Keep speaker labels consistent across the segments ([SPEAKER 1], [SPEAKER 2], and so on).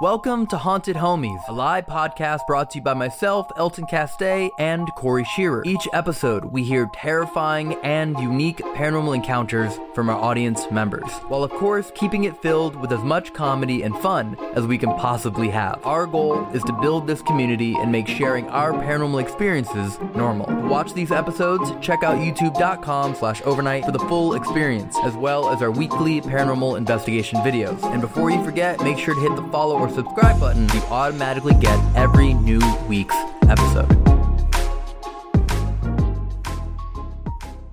[SPEAKER 1] Welcome to Haunted Homies, a live podcast brought to you by myself, Elton Castay, and Corey Shearer. Each episode, we hear terrifying and unique paranormal encounters from our audience members, while of course keeping it filled with as much comedy and fun as we can possibly have. Our goal is to build this community and make sharing our paranormal experiences normal. To watch these episodes, check out youtube.com slash overnight for the full experience, as well as our weekly paranormal investigation videos. And before you forget, make sure to hit the follow or subscribe button to automatically get every new week's episode.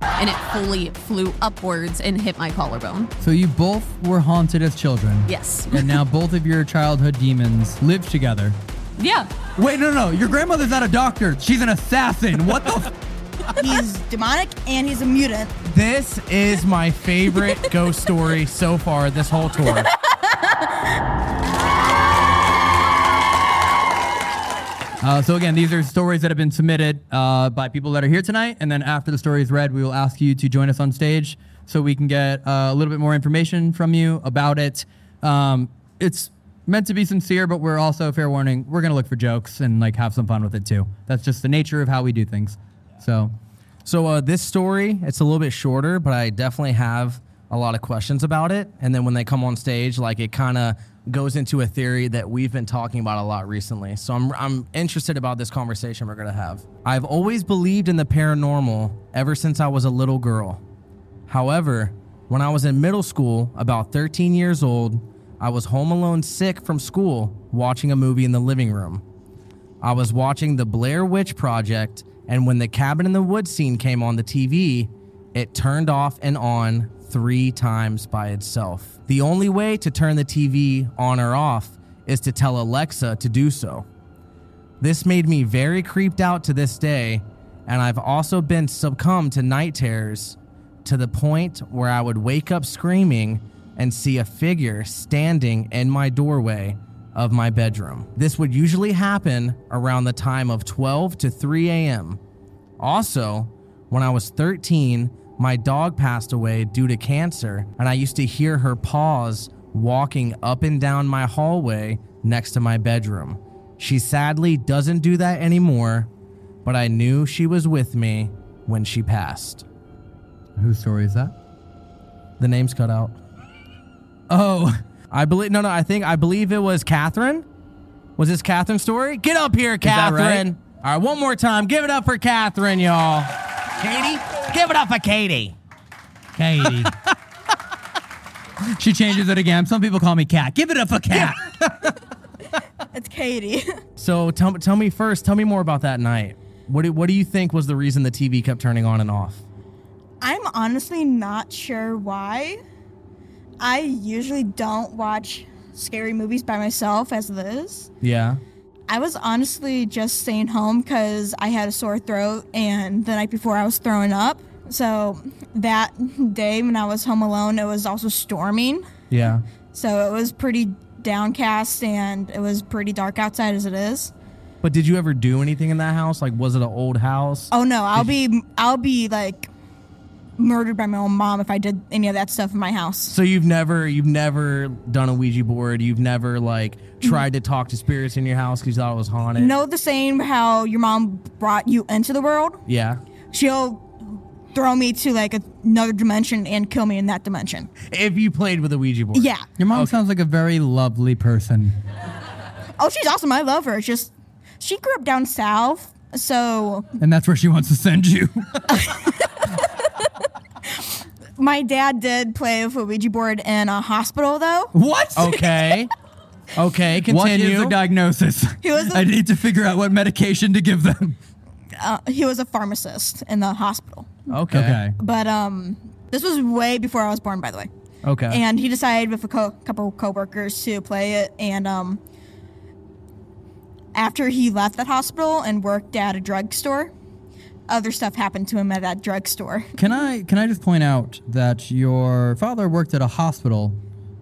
[SPEAKER 2] and it fully flew upwards and hit my collarbone.
[SPEAKER 3] So you both were haunted as children.
[SPEAKER 2] Yes.
[SPEAKER 3] And now both of your childhood demons live together.
[SPEAKER 2] Yeah.
[SPEAKER 3] Wait, no, no, your grandmother's not a doctor. She's an assassin. What the? F-
[SPEAKER 4] He's demonic and he's a mutant.
[SPEAKER 5] This is my favorite ghost story so far this whole tour.
[SPEAKER 3] uh, so again, these are stories that have been submitted uh, by people that are here tonight, and then after the story is read, we will ask you to join us on stage so we can get uh, a little bit more information from you about it. Um, it's meant to be sincere, but we're also fair warning. We're gonna look for jokes and like have some fun with it too. That's just the nature of how we do things. So
[SPEAKER 5] So uh, this story, it's a little bit shorter, but I definitely have a lot of questions about it. And then when they come on stage, like it kind of goes into a theory that we've been talking about a lot recently. So I'm I'm interested about this conversation we're gonna have. I've always believed in the paranormal ever since I was a little girl. However, when I was in middle school, about 13 years old, I was home alone sick from school watching a movie in the living room. I was watching the Blair Witch Project, and when the cabin in the woods scene came on the TV, it turned off and on three times by itself. The only way to turn the TV on or off is to tell Alexa to do so. This made me very creeped out to this day, and I've also been succumbed to night terrors to the point where I would wake up screaming and see a figure standing in my doorway of my bedroom. This would usually happen around the time of 12 to 3 a.m. Also, when I was 13, my dog passed away due to cancer, and I used to hear her paws walking up and down my hallway next to my bedroom. She sadly doesn't do that anymore, but I knew she was with me when she passed.
[SPEAKER 3] whose story is that?
[SPEAKER 5] The name's cut out.
[SPEAKER 3] Oh.
[SPEAKER 5] I believe no, no. I think I believe it was Catherine. Was this Catherine's story? Get up here,
[SPEAKER 3] that right?
[SPEAKER 5] Catherine. All right, one more time. Give it up for Catherine, y'all. Katie, give it up for Katie.
[SPEAKER 3] Katie. she changes it again. Some people call me Cat. Give it up for Cat.
[SPEAKER 4] It's Katie.
[SPEAKER 5] So tell tell me first. Tell me more about that night. What do, what do you think was the reason the TV kept turning on and off?
[SPEAKER 4] I'm honestly not sure why. I usually don't watch scary movies by myself as it is.
[SPEAKER 5] Yeah.
[SPEAKER 4] I was honestly just staying home because I had a sore throat and the night before I was throwing up. So that day when I was home alone, it was also storming.
[SPEAKER 5] Yeah.
[SPEAKER 4] So it was pretty downcast and it was pretty dark outside as it is.
[SPEAKER 5] But did you ever do anything in that house? Like, was it an old house?
[SPEAKER 4] Oh no, I'll be I'll be like murdered by my own mom if I did any of that stuff in my house.
[SPEAKER 5] So you've never you've never done a Ouija board. You've never like tried to talk to spirits in your house because you thought it was haunted.
[SPEAKER 4] Know the same how your mom brought you into the world?
[SPEAKER 5] Yeah.
[SPEAKER 4] She'll throw me to like another dimension and kill me in that dimension.
[SPEAKER 5] If you played with a Ouija board.
[SPEAKER 4] Yeah.
[SPEAKER 3] Your mom sounds like a very lovely person.
[SPEAKER 4] Oh, she's awesome. I love her. It's just she grew up down south, so
[SPEAKER 3] And that's where she wants to send you.
[SPEAKER 4] my dad did play with a Ouija board in a hospital though.
[SPEAKER 3] what?
[SPEAKER 5] Okay. Okay,
[SPEAKER 3] What is
[SPEAKER 5] continue.
[SPEAKER 3] the diagnosis?
[SPEAKER 4] He was a-
[SPEAKER 3] I need to figure out what medication to give them.
[SPEAKER 4] Uh, he was a pharmacist in the hospital.
[SPEAKER 5] okay.
[SPEAKER 3] Okay.
[SPEAKER 4] But um this was way before I was born by the way.
[SPEAKER 5] Okay.
[SPEAKER 4] and he decided with a co- couple coworkers to play it and um after he left that hospital and worked at a drugstore other stuff happened to him at that drugstore
[SPEAKER 3] Can I can I just point out that your father worked at a hospital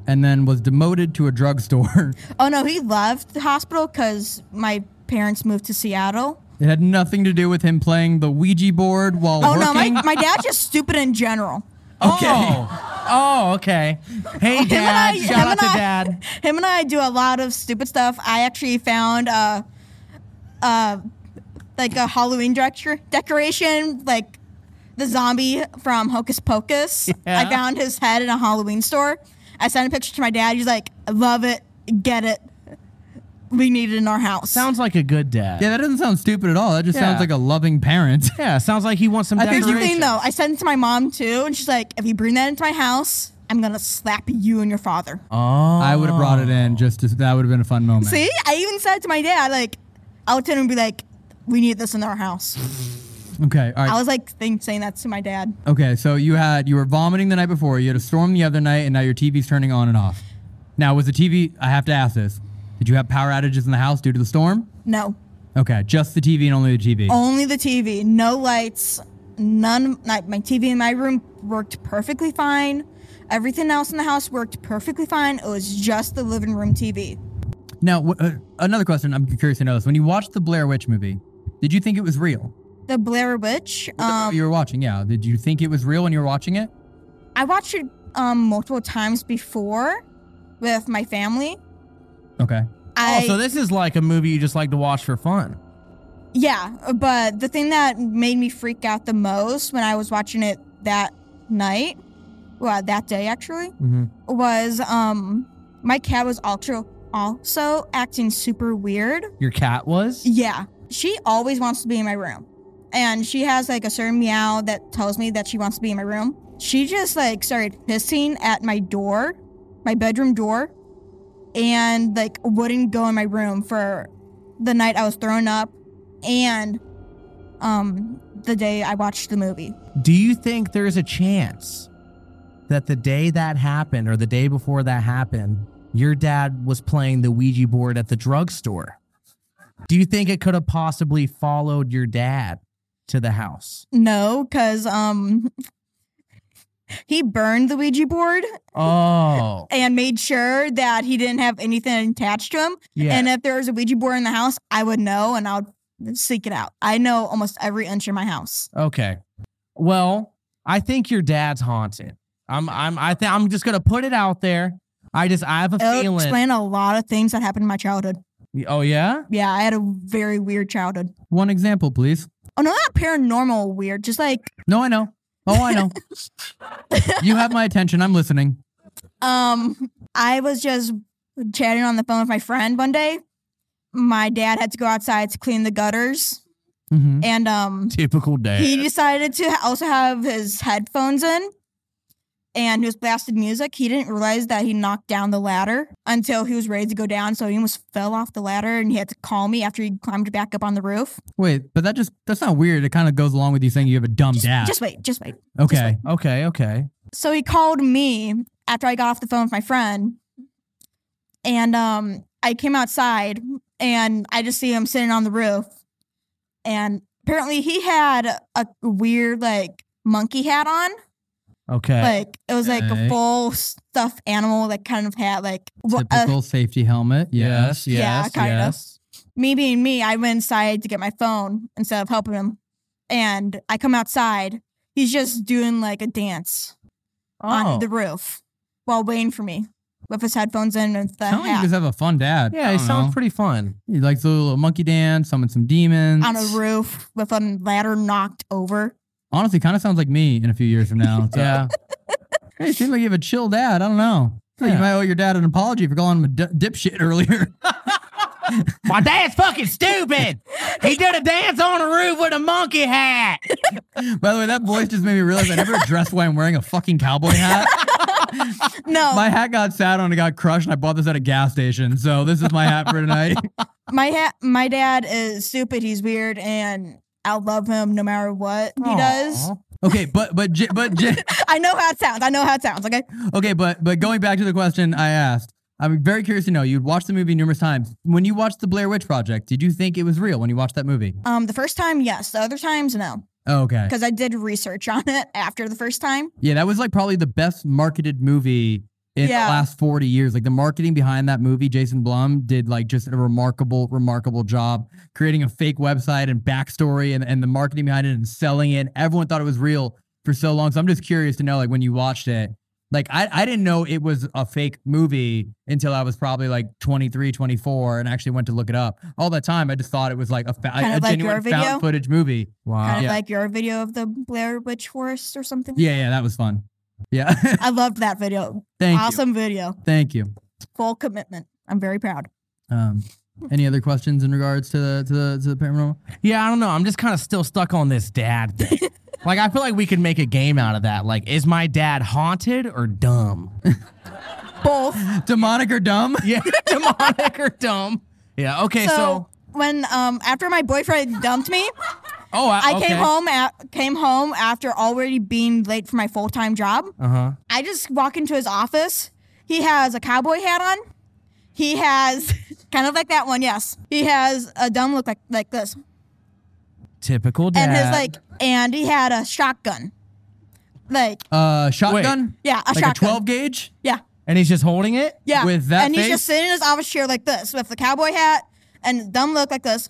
[SPEAKER 3] and then was demoted to a drugstore?
[SPEAKER 4] oh no he left the hospital because my parents moved to seattle
[SPEAKER 5] It had nothing to do with him playing the Ouija board while
[SPEAKER 4] Oh
[SPEAKER 5] working.
[SPEAKER 4] no, my, my dad's just stupid in general.
[SPEAKER 6] Okay. Oh, oh, okay. Hey, Dad.
[SPEAKER 4] him
[SPEAKER 6] Shout out
[SPEAKER 4] and
[SPEAKER 6] to
[SPEAKER 4] I-
[SPEAKER 6] Dad.
[SPEAKER 4] Him and I do a lot of stupid stuff. I actually found uh, uh, like a Halloween decor- decoration, like the zombie from Hocus Pocus. I
[SPEAKER 6] Yeah.
[SPEAKER 4] found his head in a Halloween store. I sent a picture to my dad. He's like, "Love it, get it. We need it in our house."
[SPEAKER 6] Sounds like a good dad.
[SPEAKER 5] yeah, that doesn't sound stupid at all. That just
[SPEAKER 6] Yeah.
[SPEAKER 5] sounds like a loving parent.
[SPEAKER 6] Yeah, sounds like he wants some
[SPEAKER 4] Here's the
[SPEAKER 6] decorations.
[SPEAKER 4] thing, though. I sent it to my mom too, and she's like, "If you bring that into my house, I'm gonna slap you and your father."
[SPEAKER 6] Oh,
[SPEAKER 5] I would have brought it in just to, that would have been a fun moment.
[SPEAKER 4] See, I even said to my dad, like, I would tell him and be like, we need this in our house.
[SPEAKER 5] Okay, all
[SPEAKER 4] I
[SPEAKER 5] right.
[SPEAKER 4] was like think, saying that to my dad.
[SPEAKER 5] okay, so you had you were vomiting the night before, you had a storm the other night, and now your TV's turning on and off. Now was the TV? I have to ask this: Did you have power outages in the house due to the storm?
[SPEAKER 4] No,
[SPEAKER 5] Okay, just the TV and only the TV.
[SPEAKER 4] only the TV, no lights, none. Like my TV in my room worked perfectly fine. Everything else in the house worked perfectly fine. It was just the living room TV.
[SPEAKER 5] Now, wh- uh, another question. I'm curious to know this: When you watched the Blair Witch movie, did you think it was real?
[SPEAKER 4] The Blair Witch. Um,
[SPEAKER 5] you were watching, yeah. Did you think it was real when you were watching it?
[SPEAKER 4] I watched it um, multiple times before with my family.
[SPEAKER 5] Okay.
[SPEAKER 4] I,
[SPEAKER 6] Oh, so this is like a movie you just like to watch for fun.
[SPEAKER 4] Yeah, but the thing that made me freak out the most when I was watching it that night, well, that day actually,
[SPEAKER 5] Mm-hmm.
[SPEAKER 4] was um my cat was also also acting super weird.
[SPEAKER 6] Your cat was?
[SPEAKER 4] Yeah, she always wants to be in my room, and she has like a certain meow that tells me that she wants to be in my room. She just like started hissing at my door, my bedroom door, and like wouldn't go in my room for the night I was thrown up, and um the day I watched the movie.
[SPEAKER 6] Do you think there's a chance that the day that happened or the day before that happened, your dad was playing the Ouija board at the drugstore? Do you think it could have possibly followed your dad to the house?
[SPEAKER 4] No, cause um. He burned the Ouija board
[SPEAKER 6] Oh,
[SPEAKER 4] and made sure that he didn't have anything attached to him.
[SPEAKER 6] yeah.
[SPEAKER 4] And if there was a Ouija board in the house, I would know and I would seek it out. I know almost every inch of my house.
[SPEAKER 6] Okay. Well, I think your dad's haunted. I'm I'm I think I'm just gonna put it out there. I just I have a
[SPEAKER 4] It'll
[SPEAKER 6] feeling.
[SPEAKER 4] Oh, explain a lot of things that happened in my childhood.
[SPEAKER 6] oh yeah.
[SPEAKER 4] Yeah, I had a very weird childhood.
[SPEAKER 5] One example, please.
[SPEAKER 4] Oh no, not paranormal weird, just like
[SPEAKER 5] No, I know. Oh, I know. you have my attention. I'm listening.
[SPEAKER 4] um I was just chatting on the phone with my friend one day. My dad had to go outside to clean the gutters
[SPEAKER 5] Mm-hmm.
[SPEAKER 4] and um
[SPEAKER 6] Typical dad.
[SPEAKER 4] he decided to also have his headphones in and he was blasted music. He didn't realize that he knocked down the ladder until he was ready to go down. So he almost fell off the ladder and he had to call me after he climbed back up on the roof.
[SPEAKER 5] Wait, but that just that's not weird. It kind of goes along with you saying you have a dumb dad.
[SPEAKER 4] Just wait, just wait.
[SPEAKER 5] okay.
[SPEAKER 6] okay. Okay.
[SPEAKER 4] So he called me after I got off the phone with my friend. And um, I came outside and I just see him sitting on the roof. And apparently he had a weird, like, monkey hat on.
[SPEAKER 6] Okay.
[SPEAKER 4] like it was like
[SPEAKER 5] Okay.
[SPEAKER 4] a full stuffed animal that kind of had like wh- uh,
[SPEAKER 5] Typical safety helmet. Yes.
[SPEAKER 4] Yeah, kinda.
[SPEAKER 6] yes.
[SPEAKER 4] me being me i went inside to get my phone instead of helping him and i come outside he's just doing like a dance
[SPEAKER 6] Oh.
[SPEAKER 4] on the roof while waiting for me with his headphones in and the
[SPEAKER 5] Sounds like you
[SPEAKER 4] hat
[SPEAKER 5] just have a fun dad. I
[SPEAKER 6] yeah, it
[SPEAKER 5] don't
[SPEAKER 6] sounds
[SPEAKER 5] know.
[SPEAKER 6] pretty fun.
[SPEAKER 5] He likes the little monkey dance, summon some demons.
[SPEAKER 4] on a roof with a ladder knocked over
[SPEAKER 5] Honestly, kind of sounds like me in a few years from now. So,
[SPEAKER 6] Yeah.
[SPEAKER 5] Hey, you seem like you have a chill dad. I don't know. I think
[SPEAKER 6] Yeah.
[SPEAKER 5] You might owe your dad an apology for calling him a d- dipshit earlier.
[SPEAKER 6] My dad's fucking stupid. He did a dance on a roof with a monkey hat.
[SPEAKER 5] By the way, that voice just made me realize I never addressed why I'm wearing a fucking cowboy hat.
[SPEAKER 4] no
[SPEAKER 5] my hat got sat on and got crushed, and I bought this at a gas station. So this is my hat for tonight.
[SPEAKER 4] my hat my dad is stupid he's weird and i love him no matter what he does
[SPEAKER 6] Aw.
[SPEAKER 5] okay, but but J- but J-
[SPEAKER 4] i know how it sounds i know how it sounds okay
[SPEAKER 5] okay, but but going back to the question I asked, I'm very curious to know. You'd watched the movie numerous times. When you watched the Blair Witch Project, did you think it was real when you watched that movie?
[SPEAKER 4] um the first time yes the other times no
[SPEAKER 5] Okay. Uh-huh.
[SPEAKER 4] because I did research on it after the first time.
[SPEAKER 5] Yeah, that was like probably the best marketed movie in
[SPEAKER 4] Yeah.
[SPEAKER 5] the last 40 years. Like the marketing behind that movie, Jason Blum did like just a remarkable, remarkable job creating a fake website and backstory and, and the marketing behind it and selling it. Everyone thought it was real for so long. So I'm just curious to know, like when you watched it, like I, I didn't know it was a fake movie until I was probably like 23, 24 and actually went to look it up. All that time, I just thought it was like a, fa-
[SPEAKER 4] Kind
[SPEAKER 5] a
[SPEAKER 4] of like
[SPEAKER 5] genuine
[SPEAKER 4] your video?
[SPEAKER 5] found footage movie.
[SPEAKER 4] Kind
[SPEAKER 6] Wow.
[SPEAKER 4] of
[SPEAKER 5] yeah.
[SPEAKER 4] like your video of the Blair Witch Forest or something.
[SPEAKER 5] Yeah, yeah, that was fun. Yeah.
[SPEAKER 4] I loved that video.
[SPEAKER 5] Thank
[SPEAKER 4] awesome video.
[SPEAKER 5] you. Thank you.
[SPEAKER 4] Full commitment. I'm very proud.
[SPEAKER 5] Um, any other questions in regards to the to the, to the paranormal?
[SPEAKER 6] Yeah, I don't know. I'm just kind of still stuck on this dad thing. like, I feel like we could make a game out of that. Like, is my dad haunted or dumb?
[SPEAKER 4] Both.
[SPEAKER 5] Demonic or dumb?
[SPEAKER 6] yeah, demonic or dumb? Yeah. Okay. So,
[SPEAKER 4] so when um after my boyfriend dumped me,
[SPEAKER 6] oh, I,
[SPEAKER 5] Uh,
[SPEAKER 4] I came home at, came home after already being late for my full time job.
[SPEAKER 6] Uh
[SPEAKER 5] Uh-huh.
[SPEAKER 6] huh.
[SPEAKER 4] I just walk into his office. He has a cowboy hat on. He has kind of like that one, yes. He has a dumb look like like this,
[SPEAKER 6] Typical dad.
[SPEAKER 4] and his like, and he had a shotgun, like
[SPEAKER 5] Uh, shotgun?
[SPEAKER 4] yeah, a
[SPEAKER 5] like
[SPEAKER 4] shotgun.
[SPEAKER 5] a 12 gauge?
[SPEAKER 4] Yeah,
[SPEAKER 6] and he's just holding it.
[SPEAKER 4] yeah.
[SPEAKER 5] With that
[SPEAKER 4] and he's just
[SPEAKER 5] face?
[SPEAKER 4] sitting in his office chair like this, with the cowboy hat and dumb look like this.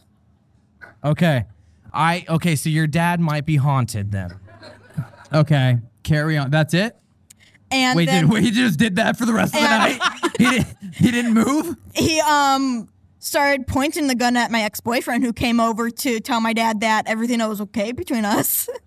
[SPEAKER 6] Okay. I okay. So your dad might be haunted then.
[SPEAKER 5] Okay, carry on. That's it?
[SPEAKER 4] And
[SPEAKER 5] Wait,
[SPEAKER 4] then
[SPEAKER 5] did, wait, he just did that for the rest of the
[SPEAKER 4] And-
[SPEAKER 5] night? he, didn't, he didn't move?
[SPEAKER 4] he um started pointing the gun at my ex boyfriend, who came over to tell my dad that everything was okay between us.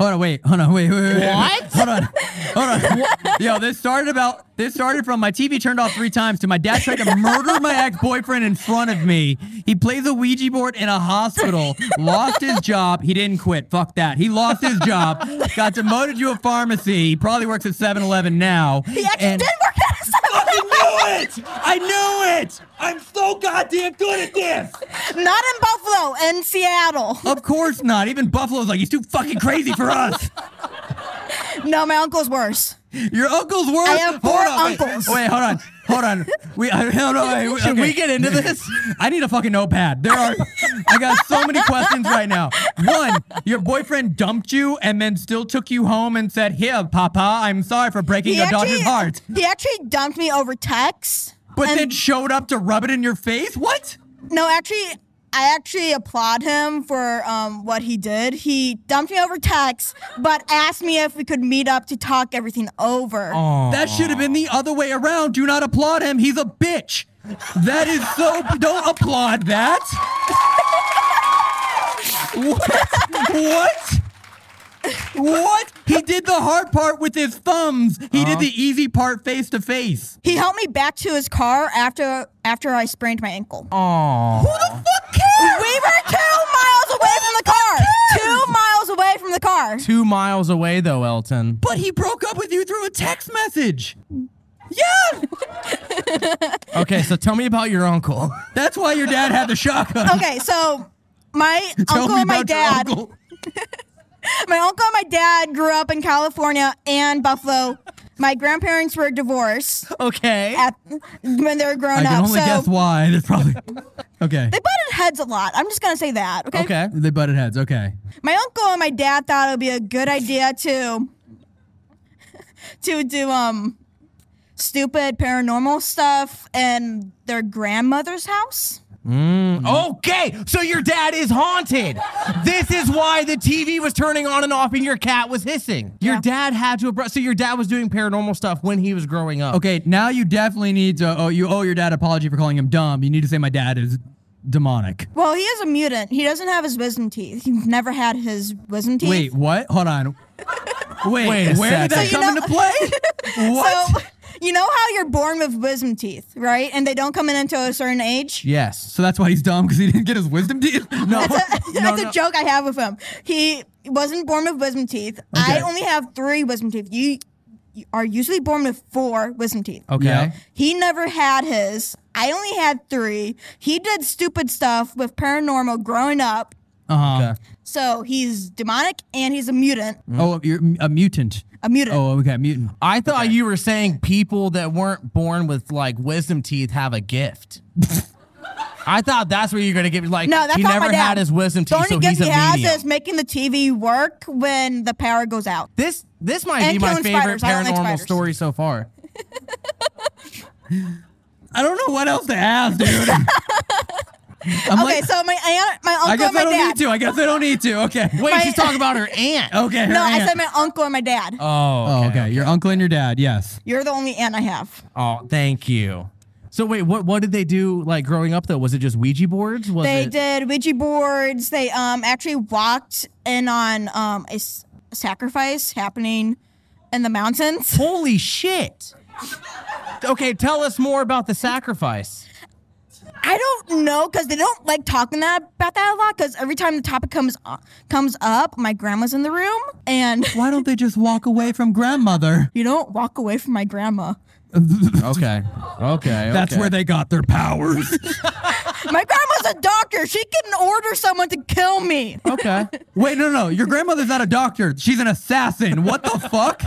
[SPEAKER 5] Hold on, wait, hold on, wait, wait, wait, wait.
[SPEAKER 6] What?
[SPEAKER 5] Hold on, hold on. Yo, this started about, this started from my TV turned off three times to my dad tried to murder my ex-boyfriend in front of me. He plays a Ouija board in a hospital, lost his job. He didn't quit. Fuck that. He lost his job, got demoted to a pharmacy. He probably works at 7-Eleven now.
[SPEAKER 4] he actually
[SPEAKER 5] and-
[SPEAKER 4] did work at a
[SPEAKER 5] I knew it! I knew it! I'm so goddamn good at this!
[SPEAKER 4] Not in Buffalo, in Seattle.
[SPEAKER 5] Of course not. Even Buffalo's like, he's too fucking crazy for us.
[SPEAKER 4] No, my uncle's worse.
[SPEAKER 5] Your uncle's worse.
[SPEAKER 4] I have four
[SPEAKER 5] hold on, wait.
[SPEAKER 4] uncles.
[SPEAKER 5] Wait, hold on, hold on. We, I, no, no, wait, wait,
[SPEAKER 6] Should
[SPEAKER 5] okay.
[SPEAKER 6] we get into this?
[SPEAKER 5] I need a fucking notepad. There are, I got so many questions right now. One, your boyfriend dumped you and then still took you home and said, "Here, Papa, I'm sorry for breaking your daughter's heart,"
[SPEAKER 4] he actually dumped me over text.
[SPEAKER 5] but
[SPEAKER 4] and-
[SPEAKER 5] then showed up to rub it in your face. What?
[SPEAKER 4] No, actually, I actually applaud him for um, what he did. He dumped me over text, but asked me if we could meet up to talk everything over.
[SPEAKER 5] That should have been the other way around. Do not applaud him. He's a bitch. That is so. Don't applaud that. What? What? What? He did the hard part with his thumbs. He did the easy part face to face.
[SPEAKER 4] He helped me back to his car after after I sprained my ankle.
[SPEAKER 5] Who the fuck cares?
[SPEAKER 4] We were two miles away from the car. Two miles away from the car.
[SPEAKER 6] Two miles away though, Elton.
[SPEAKER 5] But he broke up with you through a text message. Yeah,
[SPEAKER 6] Okay. So tell me about your uncle.
[SPEAKER 5] that's why your dad had the shotgun.
[SPEAKER 4] Okay, so my
[SPEAKER 5] Tell
[SPEAKER 4] Uh, uncle
[SPEAKER 5] me
[SPEAKER 4] and my
[SPEAKER 5] about your
[SPEAKER 4] dad.
[SPEAKER 5] uncle.
[SPEAKER 4] My uncle and my dad grew up in California and Buffalo. My grandparents were divorced
[SPEAKER 6] okay.
[SPEAKER 4] at, when they were grown
[SPEAKER 5] I can
[SPEAKER 4] up.
[SPEAKER 5] only
[SPEAKER 4] so
[SPEAKER 5] guess why. There's probably okay.
[SPEAKER 4] they butted heads a lot. I'm just gonna say that. Okay?
[SPEAKER 6] Okay.
[SPEAKER 5] They butted heads. Okay.
[SPEAKER 4] My uncle and my dad thought it would be a good idea to to do um stupid paranormal stuff in their grandmother's house.
[SPEAKER 6] Okay, so your dad is haunted. This is why the TV was turning on and off and your cat was hissing. Your
[SPEAKER 4] Yeah.
[SPEAKER 6] dad had to abru- so your dad was doing paranormal stuff when he was growing up.
[SPEAKER 5] Okay, now you definitely need to. Oh, you owe your dad an apology for calling him dumb. You need to say my dad is demonic.
[SPEAKER 4] Well, he is a mutant. He doesn't have his wisdom teeth. He's never had his wisdom teeth.
[SPEAKER 5] Wait, what? Hold on. Wait,
[SPEAKER 6] Wait a
[SPEAKER 5] where did that
[SPEAKER 6] second.
[SPEAKER 5] come into play? What?
[SPEAKER 4] So, you know how you're born with wisdom teeth, right? And they don't come in until a certain age?
[SPEAKER 6] Yes.
[SPEAKER 5] So that's why he's dumb because he didn't get his wisdom teeth. No.
[SPEAKER 4] That's a joke I have with him. He wasn't born with wisdom teeth. I
[SPEAKER 5] Okay.
[SPEAKER 4] only have three wisdom teeth. You, you are usually born with four wisdom teeth.
[SPEAKER 6] Okay.
[SPEAKER 5] Yeah.
[SPEAKER 4] He never had his. I only had three. He did stupid stuff with paranormal growing up.
[SPEAKER 5] Uh-huh.
[SPEAKER 4] So he's demonic and he's a mutant.
[SPEAKER 6] Mm-hmm.
[SPEAKER 5] Oh, you're a mutant.
[SPEAKER 4] A mutant.
[SPEAKER 5] Oh, okay, mutant.
[SPEAKER 6] I thought you were saying people that weren't born with like wisdom teeth have a gift. I thought that's where you're gonna give like
[SPEAKER 4] No, that's
[SPEAKER 6] he
[SPEAKER 4] not
[SPEAKER 6] never
[SPEAKER 4] my dad.
[SPEAKER 6] had his wisdom
[SPEAKER 4] The
[SPEAKER 6] teeth,
[SPEAKER 4] only
[SPEAKER 6] so
[SPEAKER 4] gift
[SPEAKER 6] he's a
[SPEAKER 4] he has
[SPEAKER 6] medium.
[SPEAKER 4] is making the TV work when the power goes out.
[SPEAKER 6] This this might
[SPEAKER 4] And
[SPEAKER 6] be my
[SPEAKER 4] killing
[SPEAKER 6] favorite
[SPEAKER 4] spiders. I don't like
[SPEAKER 6] paranormal
[SPEAKER 4] spiders.
[SPEAKER 6] story so far.
[SPEAKER 5] I don't know what else to ask, dude. I'm
[SPEAKER 4] Okay,
[SPEAKER 5] like,
[SPEAKER 4] so my aunt, my uncle,
[SPEAKER 5] I guess
[SPEAKER 4] and my
[SPEAKER 5] I don't
[SPEAKER 4] dad.
[SPEAKER 5] need to. I guess I don't need to. Okay.
[SPEAKER 6] Wait,
[SPEAKER 4] My- Oh.
[SPEAKER 6] she's talking about her aunt.
[SPEAKER 5] Okay. her
[SPEAKER 4] No, I
[SPEAKER 5] aunt.
[SPEAKER 4] said my uncle and my dad.
[SPEAKER 6] Oh,
[SPEAKER 5] Oh,
[SPEAKER 6] okay.
[SPEAKER 5] okay. Your uncle and your dad. Yes.
[SPEAKER 4] You're the only aunt I have.
[SPEAKER 6] Oh, thank you. So wait, what what did they do like growing up though? Was it just Ouija boards? Was
[SPEAKER 4] They
[SPEAKER 6] it
[SPEAKER 4] did Ouija boards. They um actually walked in on um a s- sacrifice happening in the mountains.
[SPEAKER 6] Holy shit. Okay, tell us more about the sacrifice.
[SPEAKER 4] I don't know because they don't like talking that about that a lot. Because every time the topic comes o- comes up, my grandma's in the room, and
[SPEAKER 5] Why don't they just walk away from grandmother?
[SPEAKER 4] you don't walk away from my grandma.
[SPEAKER 5] Oh,
[SPEAKER 6] Okay. Okay.
[SPEAKER 5] That's where they got their powers.
[SPEAKER 4] My grandma's a doctor. She can order someone to kill me.
[SPEAKER 6] Okay.
[SPEAKER 5] Wait, no, no. Your grandmother's not a doctor. She's an assassin. What the fuck?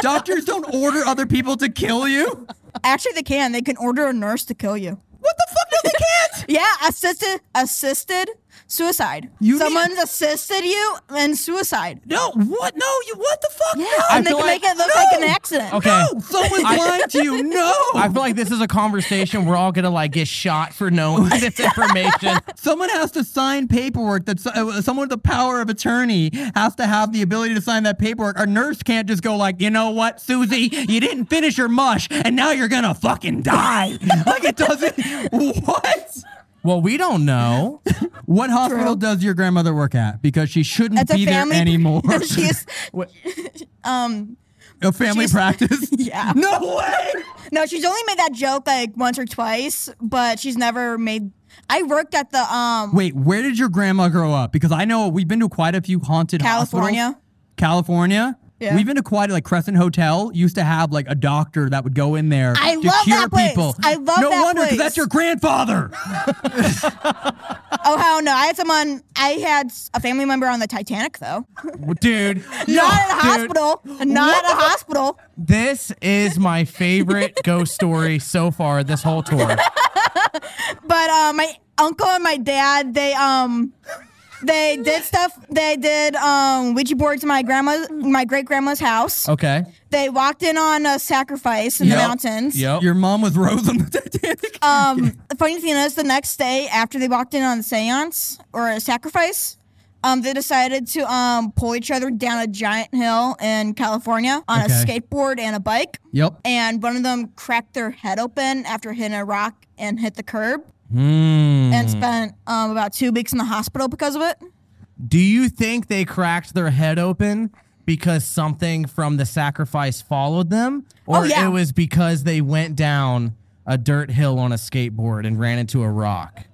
[SPEAKER 5] Doctors don't order other people to kill you.
[SPEAKER 4] Actually, they can. They can order a nurse to kill you.
[SPEAKER 5] What the fuck? No, they can't.
[SPEAKER 4] Yeah, assisted assisted suicide.
[SPEAKER 5] You need-
[SPEAKER 4] Someone's assisted you and suicide.
[SPEAKER 5] No, what? No, you. What the fuck?
[SPEAKER 4] Yeah,
[SPEAKER 5] No.
[SPEAKER 4] and they
[SPEAKER 6] feel
[SPEAKER 4] can
[SPEAKER 6] like-
[SPEAKER 4] make it look
[SPEAKER 5] No!
[SPEAKER 4] like an accident.
[SPEAKER 6] Okay.
[SPEAKER 5] No, someone's lying to you. No.
[SPEAKER 6] I feel like this is a conversation we're all gonna like get shot for knowing this information.
[SPEAKER 5] Someone has to sign paperwork that uh, someone with the power of attorney has to have the ability to sign that paperwork. A nurse can't just go like, you know what, Susie, you didn't finish your mush, and now you're gonna fucking die. like it doesn't. What?
[SPEAKER 6] Well, we don't know.
[SPEAKER 5] What hospital
[SPEAKER 4] True.
[SPEAKER 5] does your grandmother work at? Because she shouldn't
[SPEAKER 4] It's
[SPEAKER 5] be
[SPEAKER 4] a family
[SPEAKER 5] there anymore.
[SPEAKER 4] she's
[SPEAKER 5] a family
[SPEAKER 4] she's-
[SPEAKER 5] practice.
[SPEAKER 4] Yeah.
[SPEAKER 5] No way.
[SPEAKER 4] no, she's only made that joke like once or twice, but she's never made. I worked at the um.
[SPEAKER 5] Wait, where did your grandma grow up? Because I know we've been to quite a few haunted
[SPEAKER 4] California.
[SPEAKER 5] hospitals. California.
[SPEAKER 4] Yeah.
[SPEAKER 5] We've been to quite like Crescent Hotel used to have like a doctor that would go in there
[SPEAKER 4] I
[SPEAKER 5] to
[SPEAKER 4] love
[SPEAKER 5] cure
[SPEAKER 4] that place.
[SPEAKER 5] people.
[SPEAKER 4] I love
[SPEAKER 5] no
[SPEAKER 4] that
[SPEAKER 5] wonder
[SPEAKER 4] place.
[SPEAKER 5] that's your grandfather.
[SPEAKER 4] Oh hell no! I had someone. I had s- a family member on the Titanic though.
[SPEAKER 6] Dude.
[SPEAKER 4] Not at a hospital. Not at a hospital.
[SPEAKER 6] This is my favorite ghost story so far this whole tour.
[SPEAKER 4] But uh, my uncle and my dad, they um, they did stuff. They did um Ouija boards in my grandma's, my great grandma's house.
[SPEAKER 6] Okay.
[SPEAKER 4] They walked in on a sacrifice in the
[SPEAKER 6] Yep.
[SPEAKER 4] mountains.
[SPEAKER 6] Yep.
[SPEAKER 5] Your mom was Rose on the Titanic.
[SPEAKER 4] Um, the funny thing is, the next day after they walked in on the seance or a sacrifice, um, they decided to um pull each other down a giant hill in California on a
[SPEAKER 5] Okay.
[SPEAKER 4] skateboard and a bike.
[SPEAKER 5] yep.
[SPEAKER 4] And one of them cracked their head open after hitting a rock and hit the curb.
[SPEAKER 5] Hmm.
[SPEAKER 4] And spent um, about two weeks in the hospital because of it.
[SPEAKER 6] Do you think they cracked their head open because something from the sacrifice followed them? Or
[SPEAKER 4] Oh, yeah.
[SPEAKER 6] it was because they went down a dirt hill on a skateboard and ran into a rock?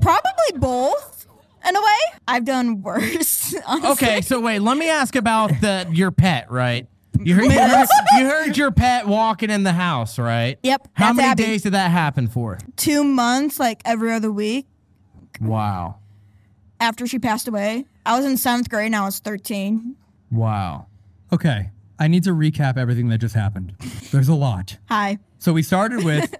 [SPEAKER 4] Probably both, in a way. I've done worse. honestly.
[SPEAKER 5] Oh.
[SPEAKER 6] Okay, so wait, let me ask about the your pet, right? You heard, you, heard, you heard your pet walking in the house, right?
[SPEAKER 4] Yep,
[SPEAKER 6] How
[SPEAKER 4] that's
[SPEAKER 6] many
[SPEAKER 4] Abby.
[SPEAKER 6] days did that happen for?
[SPEAKER 4] Two months, like every other week,
[SPEAKER 6] Wow.
[SPEAKER 4] after she passed away. I was in seventh grade and I was 13.
[SPEAKER 6] Wow.
[SPEAKER 5] Okay. I need to recap everything that just happened. There's a lot.
[SPEAKER 4] Hi.
[SPEAKER 5] So we started with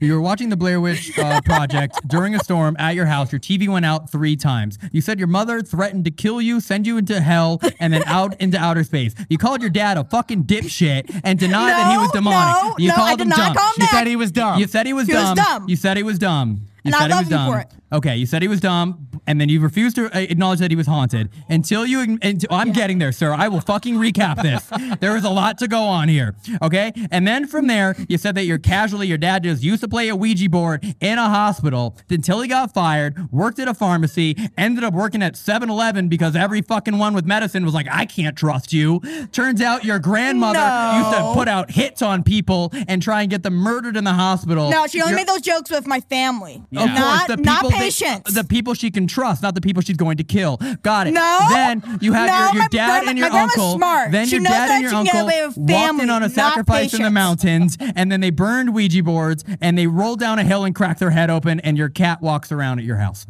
[SPEAKER 5] you were watching the Blair Witch uh, Project during a storm at your house. Your TV went out three times. You said your mother threatened to kill you, send you into hell, and then out into outer space. You called your dad a fucking dipshit and denied that he was
[SPEAKER 4] No,
[SPEAKER 5] demonic.
[SPEAKER 4] no,
[SPEAKER 5] you
[SPEAKER 4] no,
[SPEAKER 5] called
[SPEAKER 4] I did
[SPEAKER 5] him
[SPEAKER 4] not
[SPEAKER 5] dumb.
[SPEAKER 4] call him
[SPEAKER 6] You
[SPEAKER 4] Matt.
[SPEAKER 6] said he was dumb.
[SPEAKER 5] You said he was
[SPEAKER 4] He was
[SPEAKER 5] dumb.
[SPEAKER 4] dumb.
[SPEAKER 5] You said he was dumb. You
[SPEAKER 4] And I
[SPEAKER 5] said he
[SPEAKER 4] love
[SPEAKER 5] was
[SPEAKER 4] you
[SPEAKER 5] dumb.
[SPEAKER 4] for it.
[SPEAKER 5] Okay, you said he was dumb, and then you refused to uh, acknowledge that he was haunted until you. ag- Until, I'm getting there, sir. I will fucking recap this. there is a lot to go on here. Okay, and then from there, you said that you're casually your dad just used to play a Ouija board in a hospital until he got fired, worked at a pharmacy, ended up working at 7-Eleven because every fucking one with medicine was like, I can't trust you. Turns out your grandmother used to
[SPEAKER 4] No.
[SPEAKER 5] put out hits on people and try and get them murdered in the hospital.
[SPEAKER 4] No, she only
[SPEAKER 5] You're-
[SPEAKER 4] made those jokes with my family.
[SPEAKER 5] of
[SPEAKER 4] Not,
[SPEAKER 5] course, the
[SPEAKER 4] not
[SPEAKER 5] people that-
[SPEAKER 4] patients.
[SPEAKER 5] the people she can trust, not the people she's going to kill. Got it.
[SPEAKER 4] No.
[SPEAKER 5] Then you have
[SPEAKER 4] No,
[SPEAKER 5] your, your
[SPEAKER 4] my
[SPEAKER 5] dad
[SPEAKER 4] grandma-
[SPEAKER 5] and your
[SPEAKER 4] my grandma's
[SPEAKER 5] uncle.
[SPEAKER 4] smart.
[SPEAKER 5] Then
[SPEAKER 4] She
[SPEAKER 5] your
[SPEAKER 4] knows
[SPEAKER 5] dad
[SPEAKER 4] that
[SPEAKER 5] and your
[SPEAKER 4] she can get
[SPEAKER 5] uncle
[SPEAKER 4] away with
[SPEAKER 5] walked in
[SPEAKER 4] family,
[SPEAKER 5] on a
[SPEAKER 4] not
[SPEAKER 5] sacrifice in the
[SPEAKER 4] patience.
[SPEAKER 5] mountains, and then they burned Ouija boards, and they rolled down a hill and cracked their head open, and your cat walks around at your house.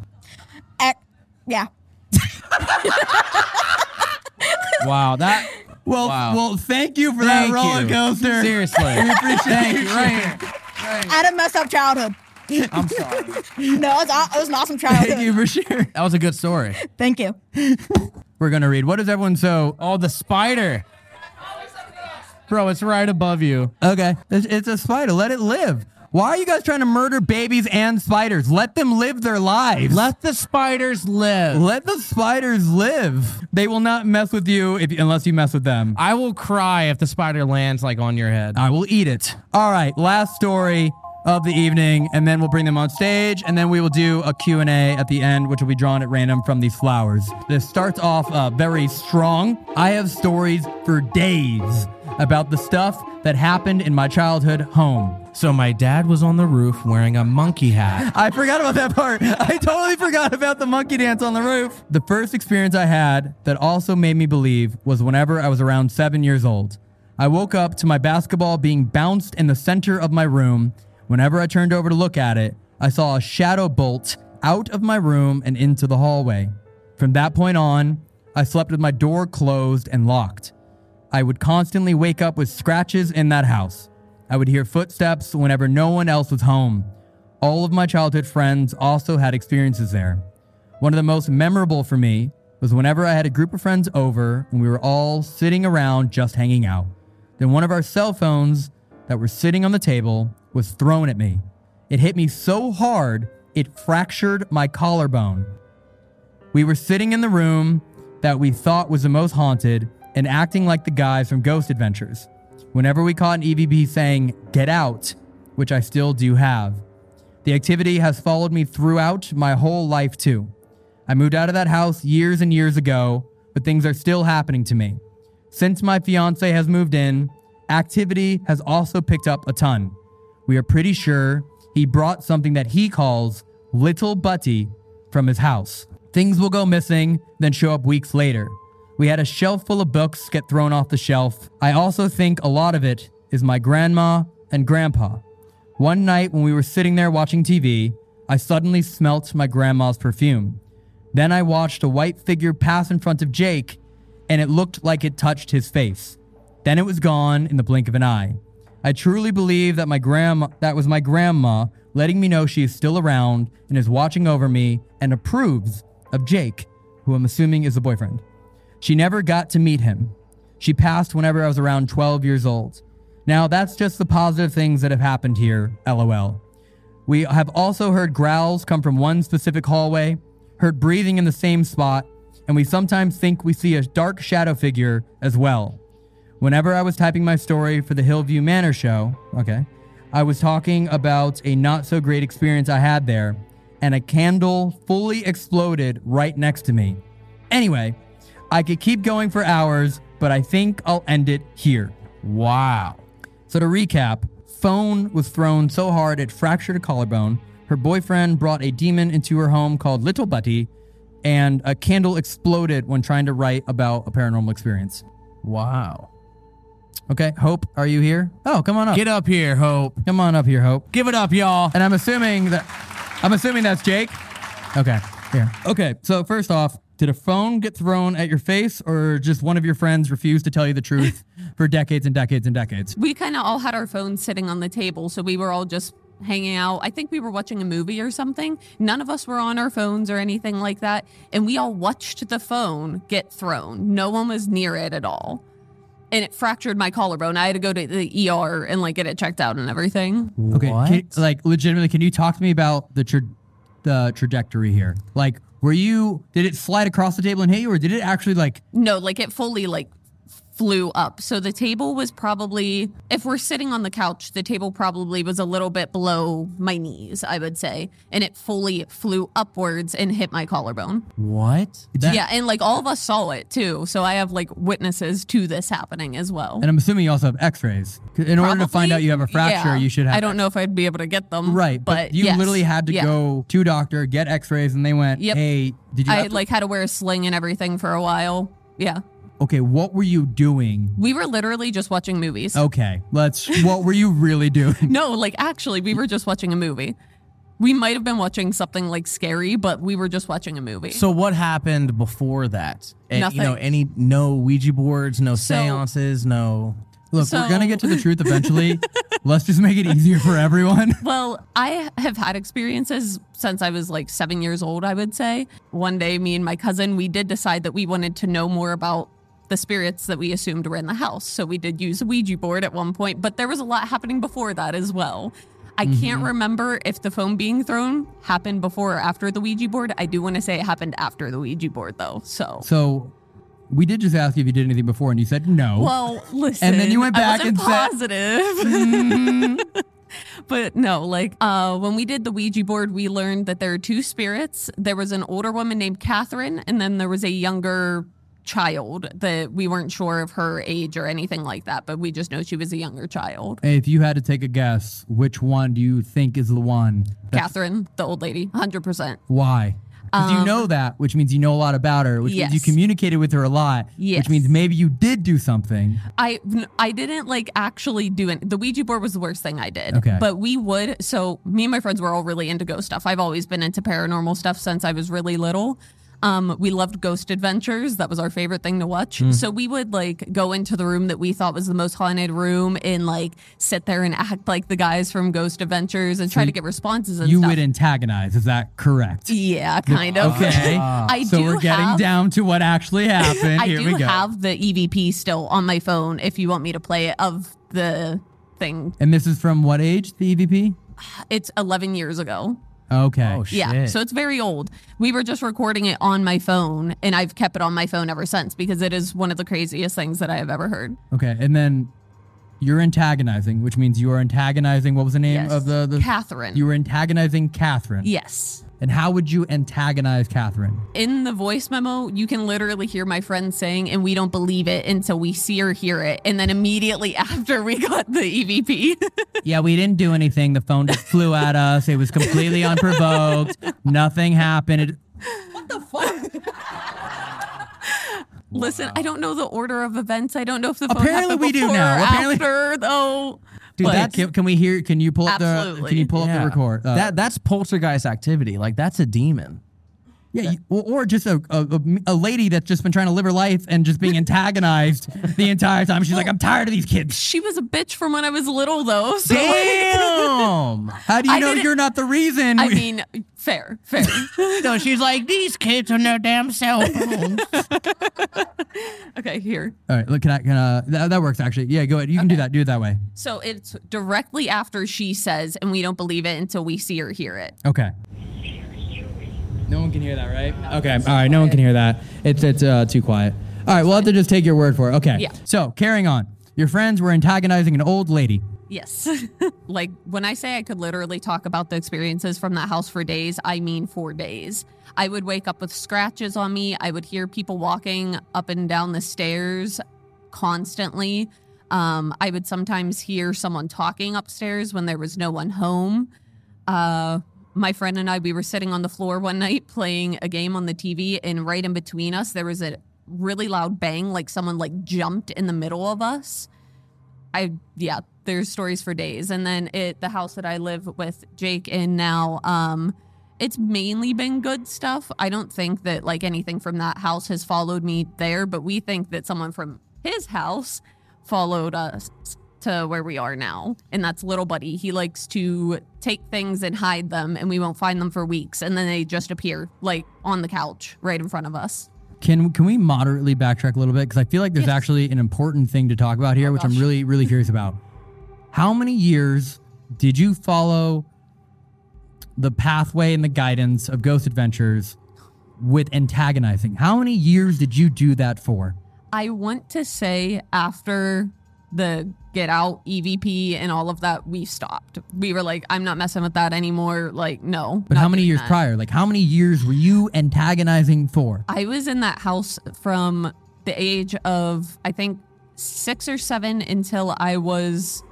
[SPEAKER 4] Ac- yeah.
[SPEAKER 6] Wow, that
[SPEAKER 5] Well,
[SPEAKER 6] Wow.
[SPEAKER 5] well, thank you for that
[SPEAKER 6] Thank
[SPEAKER 5] roller
[SPEAKER 6] you.
[SPEAKER 5] coaster.
[SPEAKER 6] Seriously.
[SPEAKER 5] we appreciate
[SPEAKER 6] Thank
[SPEAKER 5] you.
[SPEAKER 6] you. Right. here.
[SPEAKER 4] I had a messed up childhood.
[SPEAKER 6] I'm sorry.
[SPEAKER 4] No, it was, aw- it was an awesome childhood.
[SPEAKER 5] Thank you for sure.
[SPEAKER 6] That was a good story.
[SPEAKER 4] Thank you.
[SPEAKER 5] oh, We're gonna read. What is everyone so?
[SPEAKER 6] Oh, the spider. Bro, it's right above you.
[SPEAKER 5] Okay. It's, it's a spider. Let it live. Why are you guys trying to murder babies and spiders? Let them live their lives.
[SPEAKER 6] Let the spiders live.
[SPEAKER 5] Let the spiders live. They will not mess with you if, unless you mess with them.
[SPEAKER 6] I will cry if the spider lands like on your head.
[SPEAKER 5] I will eat it. All right, last story of the evening, and then we'll bring them on stage, and then we will do a Q&A at the end, which will be drawn at random from these flowers. This starts off uh, very strong. I have stories for days about the stuff that happened in my childhood home.
[SPEAKER 6] So my dad was on the roof wearing a monkey hat.
[SPEAKER 5] I forgot about that part. I totally forgot about the monkey dance on the roof. The first experience I had that also made me believe was whenever I was around seven years old. I woke up to my basketball being bounced in the center of my room. Whenever I turned over to look at it, I saw a shadow bolt out of my room and into the hallway. From that point on, I slept with my door closed and locked. I would constantly wake up with scratches in that house. I would hear footsteps whenever no one else was home. All of my childhood friends also had experiences there. One of the most memorable for me was whenever I had a group of friends over and we were all sitting around just hanging out. Then one of our cell phones that were sitting on the table was thrown at me. It hit me so hard, it fractured my collarbone. We were sitting in the room that we thought was the most haunted and acting like the guys from Ghost Adventures. Whenever we caught an EVB saying, get out, which I still do have. The activity has followed me throughout my whole life, too. I moved out of that house years and years ago, but things are still happening to me. Since my fiance has moved in, activity has also picked up a ton. We are pretty sure he brought something that he calls Little Butty from his house. Things will go missing, then show up weeks later. We had a shelf full of books get thrown off the shelf. I also think a lot of it is my grandma and grandpa. One night when we were sitting there watching TV, I suddenly smelt my grandma's perfume. Then I watched a white figure pass in front of Jake, and it looked like it touched his face. Then it was gone in the blink of an eye. I truly believe that my grandma that was my grandma letting me know she is still around and is watching over me and approves of Jake, who I'm assuming is the boyfriend. She never got to meet him. She passed whenever I was around 12 years old. Now, that's just the positive things that have happened here, lol. We have also heard growls come from one specific hallway, heard breathing in the same spot, and we sometimes think we see a dark shadow figure as well. Whenever I was typing my story for the Hillview Manor show, okay, I was talking about a not so great experience I had there, and a candle fully exploded right next to me. Anyway, I could keep going for hours, but I think I'll end it here.
[SPEAKER 6] Wow.
[SPEAKER 5] So to recap, phone was thrown so hard it fractured a collarbone. Her boyfriend brought a demon into her home called Little Butty, and a candle exploded when trying to write about a paranormal experience.
[SPEAKER 6] Wow.
[SPEAKER 5] Okay, Hope, are you here? Oh, come on up.
[SPEAKER 6] Get up here, Hope.
[SPEAKER 5] come on up here, Hope.
[SPEAKER 6] Give it up, y'all.
[SPEAKER 5] And I'm assuming that I'm assuming that's Jake.
[SPEAKER 6] Okay. Here.
[SPEAKER 5] Okay, so first off, did a phone get thrown at your face or just one of your friends refused to tell you the truth for decades and decades and decades?
[SPEAKER 2] We kind of all had our phones sitting on the table, so we were all just hanging out. I think we were watching a movie or something. None of us were on our phones or anything like that. And we all watched the phone get thrown. No one was near it at all. And it fractured my collarbone. I had to go to the ER and like get it checked out and everything.
[SPEAKER 5] Okay,
[SPEAKER 6] What?
[SPEAKER 5] can- like legitimately, can you talk to me about the tra- the trajectory here? Like, were you did it slide across the table and hit you, or did it actually like?
[SPEAKER 2] No, like it fully like flew up. So the table was probably if we're sitting on the couch, the table probably was a little bit below my knees, I would say. And it fully flew upwards and hit my collarbone.
[SPEAKER 6] What?
[SPEAKER 5] That,
[SPEAKER 2] yeah, and like all of us saw it too. So I have like witnesses to this happening as well.
[SPEAKER 5] And I'm assuming you also have X-rays. 'Cause In order to find out
[SPEAKER 2] Probably,
[SPEAKER 5] you have a fracture,
[SPEAKER 2] yeah.
[SPEAKER 5] you should have.
[SPEAKER 2] I don't know if I'd be able to get them.
[SPEAKER 5] Right,
[SPEAKER 2] but,
[SPEAKER 5] but, you
[SPEAKER 2] yes,
[SPEAKER 5] literally had to
[SPEAKER 2] yeah.
[SPEAKER 5] go to doctor, get X-rays, and they went,
[SPEAKER 2] Yep.
[SPEAKER 5] "Hey, did you?"
[SPEAKER 2] I
[SPEAKER 5] have
[SPEAKER 2] had
[SPEAKER 5] to-
[SPEAKER 2] like had to wear a sling and everything for a while. Yeah,
[SPEAKER 5] okay, what were you doing?
[SPEAKER 2] we were literally just watching movies.
[SPEAKER 5] Okay, let's. What were you really doing?
[SPEAKER 2] No, like actually, we were just watching a movie. We might have been watching something like scary, but we were just watching a movie.
[SPEAKER 6] So what happened before that? And,
[SPEAKER 2] Nothing.
[SPEAKER 6] You know, any no Ouija boards, no
[SPEAKER 2] So-
[SPEAKER 6] seances, no.
[SPEAKER 5] Look, we're gonna
[SPEAKER 2] So-
[SPEAKER 5] get to the truth eventually. let's just make it easier for everyone.
[SPEAKER 2] well, I have had experiences since I was like seven years old, I would say. One day, me and my cousin, we did decide that we wanted to know more about the spirits that we assumed were in the house. So we did use a Ouija board at one point, but there was a lot happening before that as well. I can't remember if the phone being thrown happened before or after the Ouija board. I do want to say it happened after the Ouija board, though. So,
[SPEAKER 5] So we did just ask you if you did anything before, and you said no.
[SPEAKER 2] well, listen.
[SPEAKER 5] And then you went
[SPEAKER 2] I
[SPEAKER 5] back
[SPEAKER 2] wasn't
[SPEAKER 5] and said- Mm-hmm.
[SPEAKER 2] positive. But no, like uh, when we did the Ouija board, we learned that there are two spirits. There was an older woman named Catherine, and then there was a younger child that we weren't sure of her age or anything like that, but we just know she was a younger child.
[SPEAKER 5] if you had to take a guess, which one do you think is the one? that-
[SPEAKER 2] Catherine, the old lady, 100%.
[SPEAKER 5] Why? Because you know that, which means you know a lot about her, which means you
[SPEAKER 2] Um, Yes.
[SPEAKER 5] communicated with her a lot,
[SPEAKER 2] Yes.
[SPEAKER 5] which means maybe you did do something.
[SPEAKER 2] I I didn't like actually do it. The Ouija board was the worst thing I did.
[SPEAKER 5] Okay.
[SPEAKER 2] But we would. So me and my friends were all really into ghost stuff. I've always been into paranormal stuff since I was really little. Um, we loved ghost adventures. That was our favorite thing to watch.
[SPEAKER 5] Mm.
[SPEAKER 2] So we would like go into the room that we thought was the most haunted room and like sit there and act like the guys from Ghost Adventures and try to get responses and
[SPEAKER 5] You
[SPEAKER 2] stuff.
[SPEAKER 5] would antagonize. Is that correct?
[SPEAKER 2] Yeah, kind of.
[SPEAKER 5] Okay.
[SPEAKER 2] I
[SPEAKER 5] so
[SPEAKER 2] do
[SPEAKER 5] we're getting
[SPEAKER 2] have-
[SPEAKER 5] down to what actually happened.
[SPEAKER 2] I
[SPEAKER 5] Here
[SPEAKER 2] do
[SPEAKER 5] we go.
[SPEAKER 2] have the EVP still on my phone if you want me to play it of the thing
[SPEAKER 5] and this is from what age, the EVP?
[SPEAKER 2] It's 11 years ago.
[SPEAKER 5] Okay.
[SPEAKER 6] Oh, shit.
[SPEAKER 2] Yeah. So it's very old. We were just recording it on my phone, and I've kept it on my phone ever since because it is one of the craziest things that I have ever heard.
[SPEAKER 5] okay. And then you're antagonizing, which means you are antagonizing. What was the name
[SPEAKER 2] Yes.
[SPEAKER 5] of the, the.
[SPEAKER 2] Catherine.
[SPEAKER 5] You were antagonizing Catherine.
[SPEAKER 2] yes.
[SPEAKER 5] And how would you antagonize Catherine?
[SPEAKER 2] In the voice memo, you can literally hear my friend saying, and we don't believe it until we see or hear it. And then immediately after we got the E EVP.
[SPEAKER 5] Yeah, we didn't do anything. The phone just flew at us. It was completely unprovoked. Nothing happened. It,
[SPEAKER 2] Listen, I don't know the order of events. I don't know if the phone
[SPEAKER 5] Apparently
[SPEAKER 2] happened
[SPEAKER 5] we do
[SPEAKER 2] before or
[SPEAKER 5] now. Apparently-
[SPEAKER 2] after, though.
[SPEAKER 5] dude,
[SPEAKER 2] But-
[SPEAKER 5] that, can, can we hear? Can you pull up the? Can
[SPEAKER 2] Absolutely.
[SPEAKER 5] you pull up the record? Uh,
[SPEAKER 6] that that's poltergeist activity. Like that's a demon.
[SPEAKER 5] yeah, you, or, or just a, a a- a lady that's just been trying to live her life and just being antagonized the entire time. She's like, I'm tired of these kids.
[SPEAKER 2] She was a bitch from when I was little, though. So
[SPEAKER 6] Damn.
[SPEAKER 5] How do you
[SPEAKER 2] I
[SPEAKER 5] know
[SPEAKER 2] didn't-
[SPEAKER 5] you're not the reason?
[SPEAKER 2] I
[SPEAKER 5] we-
[SPEAKER 2] mean, fair, fair.
[SPEAKER 6] so she's like, these kids on their damn cell phones.
[SPEAKER 2] okay, here.
[SPEAKER 5] all right, look, can I? Can, uh, that, that works actually. Yeah, go ahead. You can do that. Do it that way.
[SPEAKER 2] So it's directly after she says, and we don't believe it until we see or hear it.
[SPEAKER 5] Okay. No one can hear that, right? Okay. All right. No one can hear that. It's it's uh, too quiet. All right. We'll have to just take your word for it. Okay.
[SPEAKER 2] Yeah.
[SPEAKER 5] So carrying on, your friends were antagonizing an old lady.
[SPEAKER 2] Yes. like when I say I could literally talk about the experiences from that house for days, I mean for days. I would wake up with scratches on me. I would hear people walking up and down the stairs constantly. Um, I would sometimes hear someone talking upstairs when there was no one home. Uh, my friend and I, we were sitting on the floor one night playing a game on the TV, and right in between us, there was a really loud bang, like someone like jumped in the middle of us. I yeah, there's stories for days. And then it the house that I live with Jake in now, um, it's mainly been good stuff. I don't think that like anything from that house has followed me there, but we think that someone from his house followed us to where we are now. And that's little buddy. He likes to take things and hide them and we won't find them for weeks and then they just appear like on the couch right in front of us.
[SPEAKER 5] Can can we moderately backtrack a little bit? Because I feel like there's
[SPEAKER 2] Yes. Oh,
[SPEAKER 5] actually an important thing to talk about here, which I'm
[SPEAKER 2] gosh.
[SPEAKER 5] really really curious about. How many years did you follow the pathway and the guidance of Ghost Adventures with antagonizing? How many years did you do that for?
[SPEAKER 2] I want to say after the get out EVP and all of that, we stopped. We were like, I'm not messing with that anymore. Like, no.
[SPEAKER 5] But
[SPEAKER 2] not
[SPEAKER 5] how many
[SPEAKER 2] doing
[SPEAKER 5] years
[SPEAKER 2] that.
[SPEAKER 5] prior? Like how many years were you antagonizing for?
[SPEAKER 2] I was in that house from the age of, I think, six or seven until I was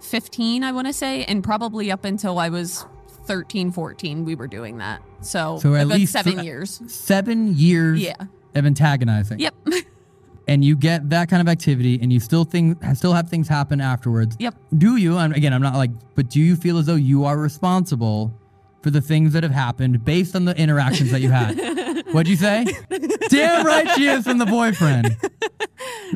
[SPEAKER 2] 15, I want to say, and probably up until I was 13, 14, we were doing that. So,
[SPEAKER 5] So
[SPEAKER 2] a
[SPEAKER 5] at
[SPEAKER 2] good
[SPEAKER 5] least
[SPEAKER 2] seven
[SPEAKER 5] th-
[SPEAKER 2] years.
[SPEAKER 5] Seven years
[SPEAKER 2] Yeah.
[SPEAKER 5] of antagonizing.
[SPEAKER 2] Yep.
[SPEAKER 5] And you get that kind of activity and you still think still have things happen afterwards.
[SPEAKER 2] Yep.
[SPEAKER 5] Do you, and again, I'm not like, but do you feel as though you are responsible for the things that have happened based on the interactions that you had? What'd you say? Damn right she is from the boyfriend.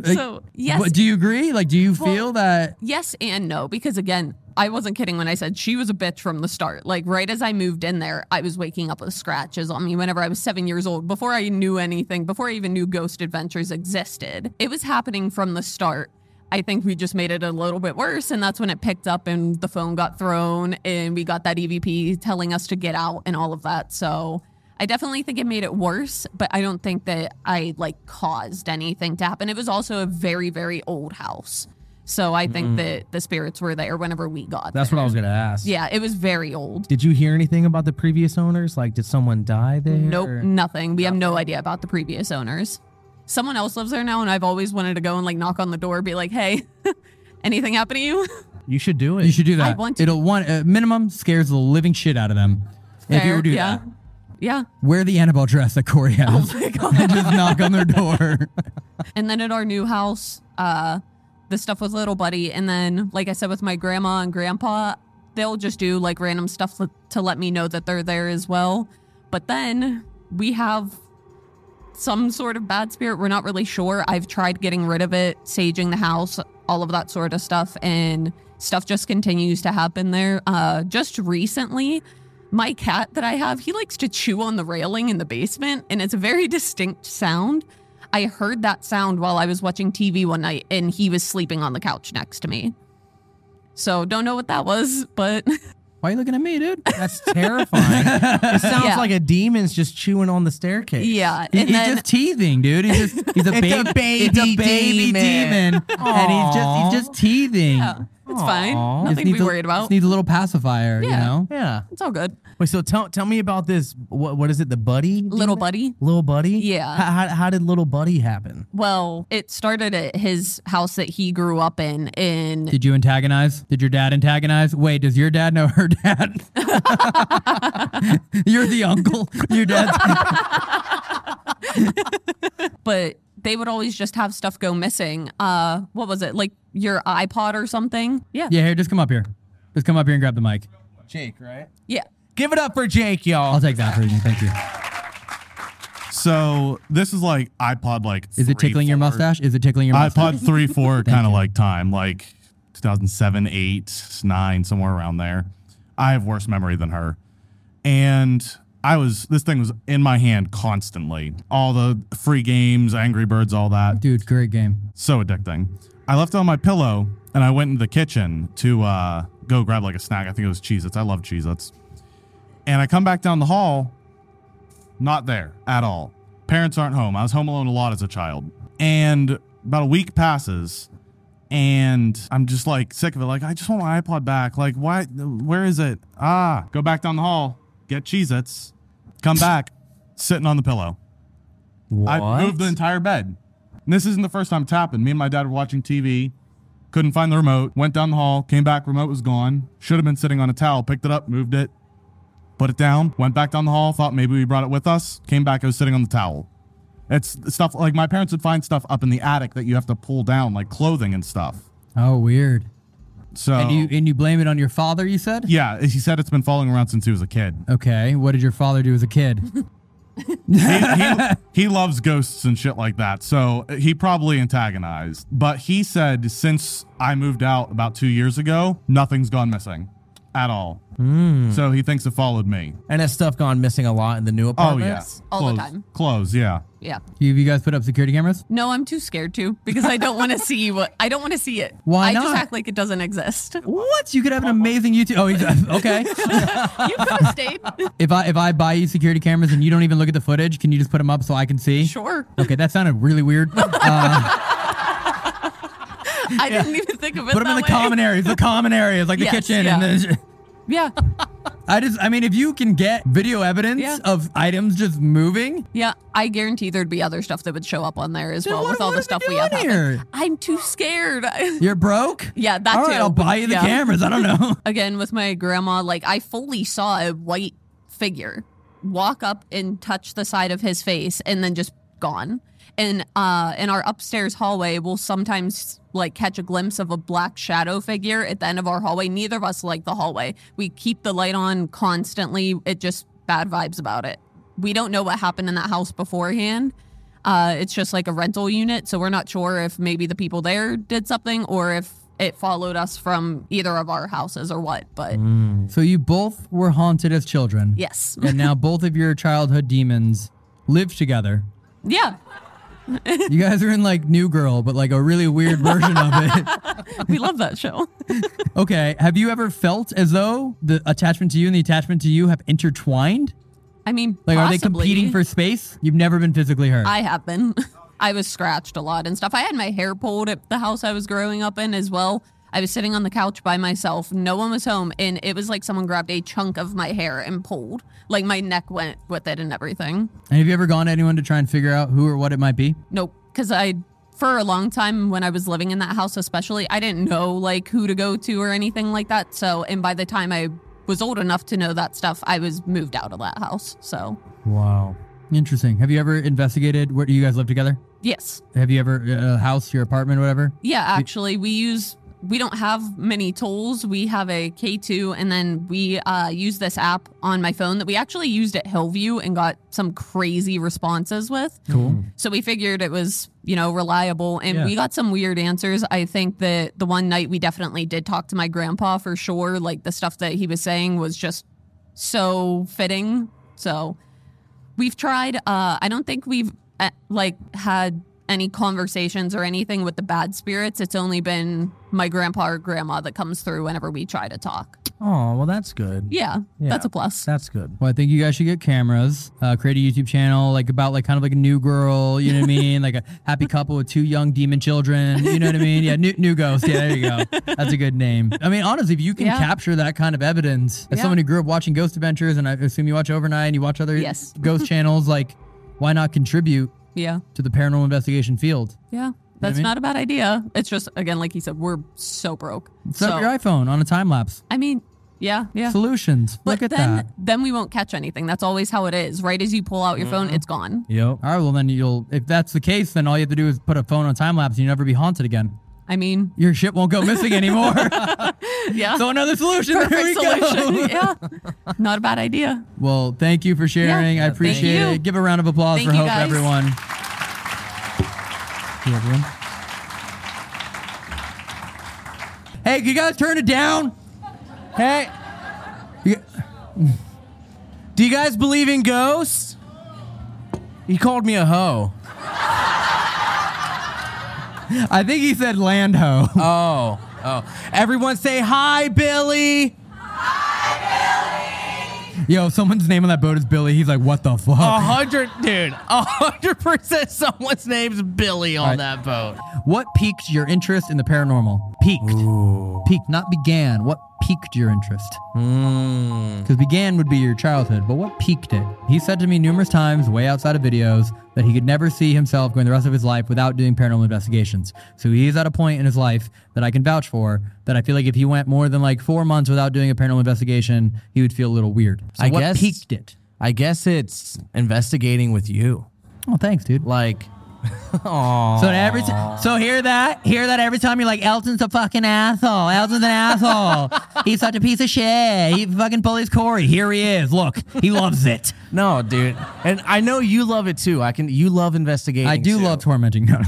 [SPEAKER 2] so yes,
[SPEAKER 5] But do you agree? Like, do you feel that?
[SPEAKER 2] yes and no because again i wasn't kidding when i said she was a bitch from the start like right as i moved in there i was waking up with scratches on me whenever i was seven years old before i knew anything before i even knew ghost adventures existed it was happening from the start i think we just made it a little bit worse and that's when it picked up and the phone got thrown and we got that evp telling us to get out and all of that so I definitely think it made it worse, but I don't think that I like caused anything to happen. It was also a very, very old house. So I think
[SPEAKER 5] Mm.
[SPEAKER 2] that the spirits were there whenever we got
[SPEAKER 6] That's
[SPEAKER 2] there.
[SPEAKER 6] what I was gonna ask.
[SPEAKER 2] Yeah, it was very old.
[SPEAKER 6] Did you hear anything about the previous owners? Like, did someone die there?
[SPEAKER 2] Nope,
[SPEAKER 6] or-
[SPEAKER 2] nothing. We have no idea about the previous owners. Someone else lives there now, and I've always wanted to go and like knock on the door, be like, "Hey, anything happen to you?"
[SPEAKER 6] You should do it.
[SPEAKER 5] You should do that.
[SPEAKER 2] I want to.
[SPEAKER 5] It'll one uh, minimum scares the living shit out of them. If you
[SPEAKER 2] Fair,
[SPEAKER 5] were to do
[SPEAKER 2] yeah,
[SPEAKER 5] that,
[SPEAKER 2] yeah.
[SPEAKER 5] wear the Annabelle dress that Corey has.
[SPEAKER 2] Oh my God.
[SPEAKER 5] Just knock on their door.
[SPEAKER 2] And then at our new house, uh, the stuff with little buddy. And then, like I said, with my grandma and grandpa, they'll just do like random stuff l- to let me know that they're there as well. But then we have some sort of bad spirit. We're not really sure. I've tried getting rid of it, saging the house, all of that sort of stuff. And stuff just continues to happen there. Uh, just recently, my cat that I have, he likes to chew on the railing in the basement, and it's a very distinct sound. I heard that sound while I was watching TV one night, and he was sleeping on the couch next to me. So don't know what that was, but
[SPEAKER 5] Why are you looking at me, dude?
[SPEAKER 6] That's terrifying. it sounds
[SPEAKER 2] Yeah.
[SPEAKER 6] like a demon's just chewing on the staircase.
[SPEAKER 2] yeah.
[SPEAKER 5] He-
[SPEAKER 2] And
[SPEAKER 5] he's
[SPEAKER 2] then
[SPEAKER 5] just teething, dude. He's just he's a,
[SPEAKER 6] It's
[SPEAKER 5] ba-
[SPEAKER 6] a baby
[SPEAKER 5] it's a baby
[SPEAKER 6] demon.
[SPEAKER 5] demon, and he's just he's just teething.
[SPEAKER 2] yeah, it's fine.
[SPEAKER 6] Aw.
[SPEAKER 5] Just
[SPEAKER 2] Nothing to
[SPEAKER 5] needs
[SPEAKER 2] be
[SPEAKER 5] a-
[SPEAKER 2] worried
[SPEAKER 5] Just
[SPEAKER 2] about.
[SPEAKER 5] needs a little pacifier, you
[SPEAKER 2] Yeah.
[SPEAKER 5] know.
[SPEAKER 6] Yeah.
[SPEAKER 2] It's all good.
[SPEAKER 6] Wait. So tell tell me about this. What what is it? The buddy.
[SPEAKER 2] Little
[SPEAKER 6] demon?
[SPEAKER 2] buddy.
[SPEAKER 6] Little buddy.
[SPEAKER 2] Yeah.
[SPEAKER 6] How, how, how did little buddy happen?
[SPEAKER 2] Well, it started at his house that he grew up in. In
[SPEAKER 5] Did you antagonize? Did your dad antagonize? Wait, does your dad know her dad? You're the uncle. Your dad's
[SPEAKER 2] but they would always just have stuff go missing. Uh, what was it? Like your iPod or something? Yeah.
[SPEAKER 5] Yeah, here, just come up here. Just come up here and grab the mic.
[SPEAKER 6] Jake, right?
[SPEAKER 2] Yeah.
[SPEAKER 6] Give it up for Jake,
[SPEAKER 5] I'll
[SPEAKER 6] y'all.
[SPEAKER 5] take that for you. Thank you.
[SPEAKER 7] So this is like iPod like.
[SPEAKER 5] Is it
[SPEAKER 7] three,
[SPEAKER 5] tickling your
[SPEAKER 7] four-
[SPEAKER 5] mustache? Is it tickling your mustache?
[SPEAKER 7] iPod three four kind of like time like 2007 eight nine somewhere around there. I have worse memory than her, and I was this thing was in my hand constantly. All the free games, Angry Birds, all that
[SPEAKER 5] Dude, great game.
[SPEAKER 7] so addicting. I left it on my pillow and I went into the kitchen to uh, go grab like a snack. I think it was Cheez Its. I love Cheez Its. And I come back down the hall, not there at all. Parents aren't home. I was home alone a lot as a child. And about a week passes and I'm just like sick of it. Like, I just want my iPod back. Like, why? Where is it? Ah, go back down the hall, get Cheez Its, come back, sitting on the pillow. I moved the entire bed. And this isn't the first time it's happened. Me and my dad were watching TV, couldn't find the remote, went down the hall, came back, remote was gone. Should have been sitting on a towel, picked it up, moved it, put it down, went back down the hall, thought maybe we brought it with us, came back, it was sitting on the towel. It's stuff like my parents would find stuff up in the attic that you have to pull down, like clothing and stuff.
[SPEAKER 5] Oh, weird.
[SPEAKER 7] So,
[SPEAKER 5] And you and you blame it on your father, you said?
[SPEAKER 7] Oh. yeah, he said it's been following around since he was a kid.
[SPEAKER 5] Okay. What did your father do as a kid?
[SPEAKER 7] he, he, he loves ghosts and shit like that. So he probably antagonized. But he said, since I moved out about two years ago, nothing's gone missing at all. So he thinks it followed me.
[SPEAKER 6] And has stuff gone missing a lot in the new
[SPEAKER 7] Oh,
[SPEAKER 6] apartment?
[SPEAKER 7] yeah.
[SPEAKER 2] all the
[SPEAKER 7] Clothes-
[SPEAKER 2] time.
[SPEAKER 7] Clothes, yeah.
[SPEAKER 2] Yeah.
[SPEAKER 5] you, you guys put up security cameras?
[SPEAKER 2] No, I'm too scared to because I don't want to see what I don't want to see it.
[SPEAKER 5] Why
[SPEAKER 2] I just
[SPEAKER 5] not?
[SPEAKER 2] act like it doesn't exist. You
[SPEAKER 5] What? You could have an amazing YouTube. Oh, he's, okay.
[SPEAKER 2] could have stayed.
[SPEAKER 5] if I if I buy you security cameras and you don't even look at the footage, can you just put them up so I can see?
[SPEAKER 2] Sure.
[SPEAKER 5] Okay, that sounded really weird. Uh,
[SPEAKER 2] I didn't even think of it.
[SPEAKER 5] put them
[SPEAKER 2] that
[SPEAKER 5] in the
[SPEAKER 2] way.
[SPEAKER 5] common areas, the common areas, like the
[SPEAKER 2] Yes,
[SPEAKER 5] kitchen
[SPEAKER 2] yeah.
[SPEAKER 5] and the.
[SPEAKER 2] Yeah.
[SPEAKER 5] I just, I mean, if you can get video evidence
[SPEAKER 2] Yeah.
[SPEAKER 5] of items just moving,
[SPEAKER 2] Yeah. I guarantee there'd be other stuff that would show up on there as
[SPEAKER 5] Then
[SPEAKER 2] well
[SPEAKER 5] what-
[SPEAKER 2] with all
[SPEAKER 5] what
[SPEAKER 2] the
[SPEAKER 5] are they
[SPEAKER 2] stuff we
[SPEAKER 5] doing
[SPEAKER 2] have happen.
[SPEAKER 5] here?
[SPEAKER 2] I'm too scared.
[SPEAKER 5] you're broke.
[SPEAKER 2] Yeah, that
[SPEAKER 5] All right,
[SPEAKER 2] too,
[SPEAKER 5] I'll
[SPEAKER 2] but-
[SPEAKER 5] buy you the
[SPEAKER 2] yeah.
[SPEAKER 5] cameras. I don't know.
[SPEAKER 2] Again, with my grandma, like I fully saw a white figure walk up and touch the side of his face and then just gone. And uh in our upstairs hallway we'll sometimes like catch a glimpse of a black shadow figure at the end of our hallway. Neither of us like the hallway. We keep the light on constantly. It just bad vibes about it. We don't know what happened in that house beforehand. Uh, it's just like a rental unit, so we're not sure if maybe the people there did something or if it followed us from either of our houses or what. But
[SPEAKER 5] So you both were haunted as children.
[SPEAKER 2] yes,
[SPEAKER 5] And now both of your childhood demons live together.
[SPEAKER 2] yeah,
[SPEAKER 5] You guys are in like New Girl, but like a really weird version of it.
[SPEAKER 2] we love that show.
[SPEAKER 5] Okay. Have you ever felt as though the attachment to you and the attachment to you have intertwined?
[SPEAKER 2] I mean,
[SPEAKER 5] Like, are they
[SPEAKER 2] possibly.
[SPEAKER 5] competing for space? You've never been physically hurt.
[SPEAKER 2] I have been. I was scratched a lot and stuff. I had my hair pulled at the house I was growing up in as well. I was sitting on the couch by myself. No one was home. And it was like someone grabbed a chunk of my hair and pulled. Like my neck went with it and everything.
[SPEAKER 5] and have you ever gone to anyone to try and figure out who or what it might be?
[SPEAKER 2] Nope. Because I, for a long time when I was living in that house, especially, I didn't know like who to go to or anything like that. So, and by the time I was old enough to know that stuff, I was moved out of that house. So,
[SPEAKER 5] Wow. Interesting. Have you ever investigated where do you guys live together?
[SPEAKER 2] yes.
[SPEAKER 5] Have you ever uh, a house, your apartment, whatever?
[SPEAKER 2] Yeah, actually, we use we don't have many tools. We have a K2, and then we uh, use this app on my phone that we actually used at Hillview and got some crazy responses with.
[SPEAKER 5] Cool.
[SPEAKER 2] So we figured it was you know reliable, and
[SPEAKER 5] Yeah.
[SPEAKER 2] we got some weird answers. I think that the one night we definitely did talk to my grandpa for sure. Like the stuff that he was saying was just so fitting. So we've tried. Uh, I don't think we've uh, like had any conversations or anything with the bad spirits. It's only been my grandpa or grandma that comes through whenever we try to talk.
[SPEAKER 6] Oh, well, that's good.
[SPEAKER 2] Yeah,
[SPEAKER 6] Yeah.
[SPEAKER 2] that's a plus.
[SPEAKER 6] That's good.
[SPEAKER 5] Well, I think you guys should get cameras, uh, create a YouTube channel, like about like kind of like a new girl, you know what I mean? Like a happy couple with two young demon children, you know what I mean? Yeah, new, new ghost. Yeah, there you go. That's a good name. I mean, honestly, if you can
[SPEAKER 2] Yeah.
[SPEAKER 5] capture that kind of evidence as
[SPEAKER 2] Yeah.
[SPEAKER 5] someone who grew up watching Ghost Adventures, and I assume you watch Overnight and you watch other
[SPEAKER 2] Yes.
[SPEAKER 5] ghost channels, like why not contribute
[SPEAKER 2] yeah,
[SPEAKER 5] to the paranormal investigation field?
[SPEAKER 2] yeah.
[SPEAKER 5] I
[SPEAKER 2] That's
[SPEAKER 5] mean?
[SPEAKER 2] not a bad idea. It's just again, like he said, we're so broke.
[SPEAKER 5] Set
[SPEAKER 2] so
[SPEAKER 5] up your iPhone on a time lapse.
[SPEAKER 2] I mean, yeah, yeah.
[SPEAKER 5] Solutions.
[SPEAKER 2] But
[SPEAKER 5] Look at
[SPEAKER 2] then,
[SPEAKER 5] that.
[SPEAKER 2] then we won't catch anything. That's always how it is. Right as you pull out your
[SPEAKER 5] Mm-hmm.
[SPEAKER 2] phone, it's gone.
[SPEAKER 6] Yep.
[SPEAKER 5] All right, well, then you'll, if that's the case, then all you have to do is put a phone on time lapse and you'll never be haunted again.
[SPEAKER 2] I mean,
[SPEAKER 5] Your shit won't go missing anymore.
[SPEAKER 2] yeah.
[SPEAKER 5] so another solution. there we
[SPEAKER 2] Perfect solution.
[SPEAKER 5] Go.
[SPEAKER 2] yeah. Not a bad idea.
[SPEAKER 5] Well, thank you for sharing. I
[SPEAKER 2] thank
[SPEAKER 5] appreciate
[SPEAKER 2] you.
[SPEAKER 5] it. Give a round of applause
[SPEAKER 2] Thank
[SPEAKER 5] for
[SPEAKER 2] you,
[SPEAKER 5] Hope,
[SPEAKER 2] guys.
[SPEAKER 5] everyone. Thank you, everyone. Hey, can you guys turn it down?
[SPEAKER 6] Hey. You- Do you guys believe in ghosts? He called me a hoe.
[SPEAKER 5] I think he said land ho.
[SPEAKER 6] Oh, oh. Everyone say hi, Billy.
[SPEAKER 5] Yo, if someone's name on that boat is Billy. He's like, what the fuck?
[SPEAKER 6] A hundred, dude. A hundred percent. Someone's name's Billy on that boat.
[SPEAKER 5] What piqued your interest in the paranormal? Peaked. Peaked, not began. What piqued your interest?
[SPEAKER 6] Hmm.
[SPEAKER 5] Because began would be your childhood, but what piqued it? He said to me numerous times, way outside of videos, that he could never see himself going the rest of his life without doing paranormal investigations. So he is at a point in his life that I can vouch for that I feel like if he went more than like four months without doing a paranormal investigation, he would feel a little weird. So
[SPEAKER 6] I
[SPEAKER 5] what
[SPEAKER 6] guess-
[SPEAKER 5] piqued it?
[SPEAKER 6] I guess it's investigating with you.
[SPEAKER 5] Oh, thanks, dude.
[SPEAKER 6] Like, oh,
[SPEAKER 5] So every t- so hear that hear that every time you're like Elton's a fucking asshole. Elton's an asshole. He's such a piece of shit. He fucking bullies Corey. Here he is. Look, he loves it.
[SPEAKER 6] no, dude. And I know you love it too. I can. You love investigating.
[SPEAKER 5] I do
[SPEAKER 6] too.
[SPEAKER 5] love tormenting. No, no.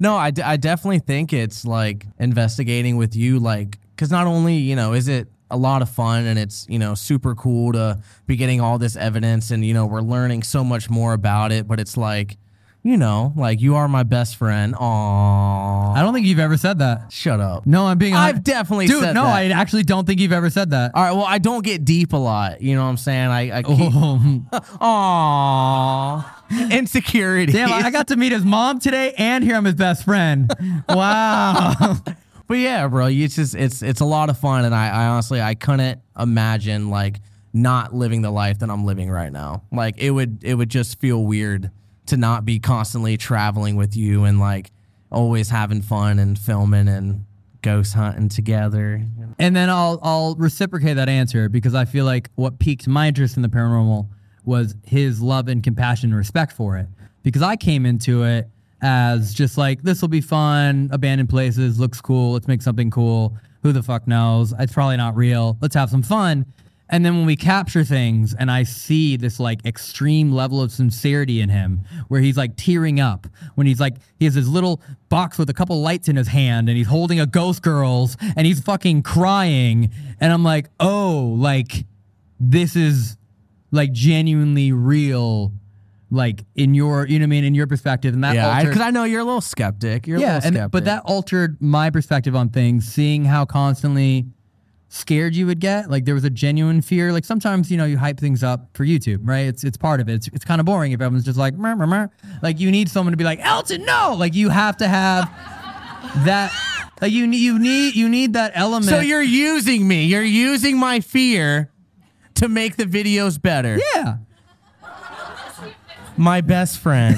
[SPEAKER 6] No, I, d- I definitely think it's like investigating with you, like, because not only, you know, is it a lot of fun and it's, you know, super cool to be getting all this evidence and, you know, we're learning so much more about it, but it's like, you know, like you are my best friend. Aww.
[SPEAKER 5] I don't think you've ever said that.
[SPEAKER 6] Shut up.
[SPEAKER 5] No, I'm being. a hundred-
[SPEAKER 6] I've definitely
[SPEAKER 5] Dude,
[SPEAKER 6] said
[SPEAKER 5] no,
[SPEAKER 6] that.
[SPEAKER 5] I actually don't think you've ever said that.
[SPEAKER 6] All right. Well, I don't get deep a lot. You know what I'm saying? I, I keep,
[SPEAKER 5] Oh,
[SPEAKER 6] aww. Insecurity.
[SPEAKER 5] damn! I got to meet his mom today and hear I'm his best friend. Wow.
[SPEAKER 6] But yeah, bro, you- it's just it's it's a lot of fun, and I, I honestly I couldn't imagine like not living the life that I'm living right now. Like it would it would just feel weird to not be constantly traveling with you and like always having fun and filming and ghost hunting together.
[SPEAKER 5] And then I'll I'll reciprocate that answer because I feel like what piqued my interest in the paranormal was his love and compassion and respect for it. Because I came into it as just like this will be fun, abandoned places, looks cool, let's make something cool. Who the fuck knows? It's probably not real. Let's have some fun. And then when we capture things, and I see this like extreme level of sincerity in him, where he's like tearing up when he's like he has his little box with a couple lights in his hand, and he's holding a Ghost Girls, and he's fucking crying, and I'm like, oh, like this is like genuinely real, like in your you know what I mean in your perspective, and that
[SPEAKER 6] yeah,
[SPEAKER 5] altered-
[SPEAKER 6] because I, know you're a little skeptic. You're a
[SPEAKER 5] yeah,
[SPEAKER 6] little skeptic.
[SPEAKER 5] and, but that altered my perspective on things. Seeing how constantly scared you would get, like there was a genuine fear. Like sometimes you know you hype things up for YouTube, right? It's it's part of it. It's, it's kind of boring if everyone's just like, mer, mer, mer. like you need someone to be like, Elton, no, like you have to have that. Like you need you need you need that element.
[SPEAKER 6] so you're using me. You're using my fear to make the videos better.
[SPEAKER 5] yeah.
[SPEAKER 6] My best friend.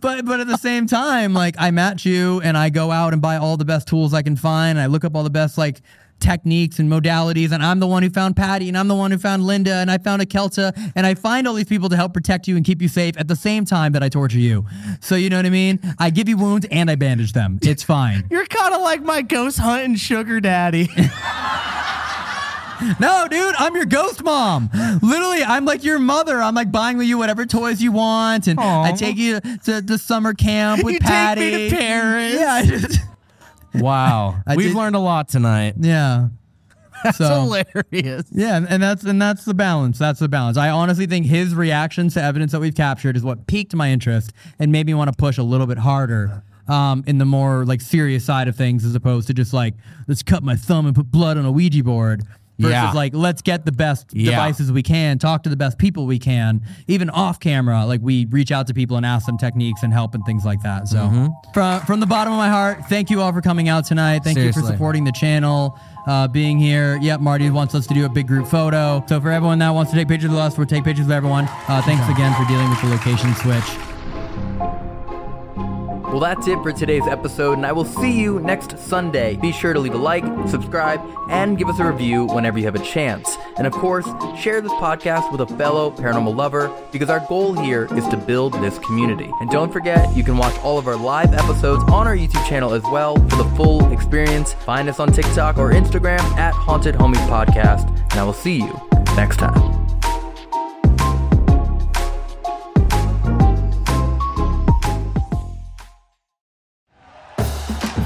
[SPEAKER 5] but but at the same time, like I'm at you and I go out and buy all the best tools I can find. And I look up all the best like techniques and modalities and I'm the one who found Patty and I'm the one who found Linda and I found a Kelta and I find all these people to help protect you and keep you safe at the same time that I torture you. So you know what I mean? I give you wounds and I bandage them. It's fine.
[SPEAKER 6] you're kind of like my ghost hunting sugar daddy.
[SPEAKER 5] No, dude, I'm your ghost mom. Literally, I'm like your mother. I'm like buying you whatever toys you want, and I
[SPEAKER 6] Aw.
[SPEAKER 5] take you to the summer camp with
[SPEAKER 6] You take me
[SPEAKER 5] Patty.
[SPEAKER 6] to Paris.
[SPEAKER 5] Yeah, I just-
[SPEAKER 6] wow.
[SPEAKER 5] I
[SPEAKER 6] We've
[SPEAKER 5] did-
[SPEAKER 6] learned a lot tonight.
[SPEAKER 5] yeah. so
[SPEAKER 6] It's hilarious.
[SPEAKER 5] yeah, and- and that's and that's the balance. That's the balance. I honestly think his reactions to evidence that we've captured is what piqued my interest and made me want to push a little bit harder. Um, in the more like serious side of things, as opposed to just like let's cut my thumb and put blood on a Ouija board, versus
[SPEAKER 6] Yeah.
[SPEAKER 5] like let's get the best
[SPEAKER 6] Yeah.
[SPEAKER 5] devices we can, talk to the best people we can, even off camera. Like we reach out to people and ask them techniques and help and things like that. So
[SPEAKER 6] Mm-hmm.
[SPEAKER 5] from from the bottom of my heart, thank you all for coming out tonight. Thank you for
[SPEAKER 6] Seriously.
[SPEAKER 5] supporting supporting the channel, uh, being here. Yep, Marty wants us to do a big group photo. So for everyone that wants to take pictures with us, we'll take pictures with everyone. Uh, thanks again for dealing with the location switch.
[SPEAKER 1] Well, that's it for today's episode, and I will see you next Sunday. Be sure to leave a like, subscribe, and give us a review whenever you have a chance. And of course, share this podcast with a fellow paranormal lover because our goal here is to build this community. And don't forget, you can watch all of our live episodes on our YouTube channel as well for the full experience. Find us on TikTok or Instagram at Haunted Homies Podcast, and I will see you next time.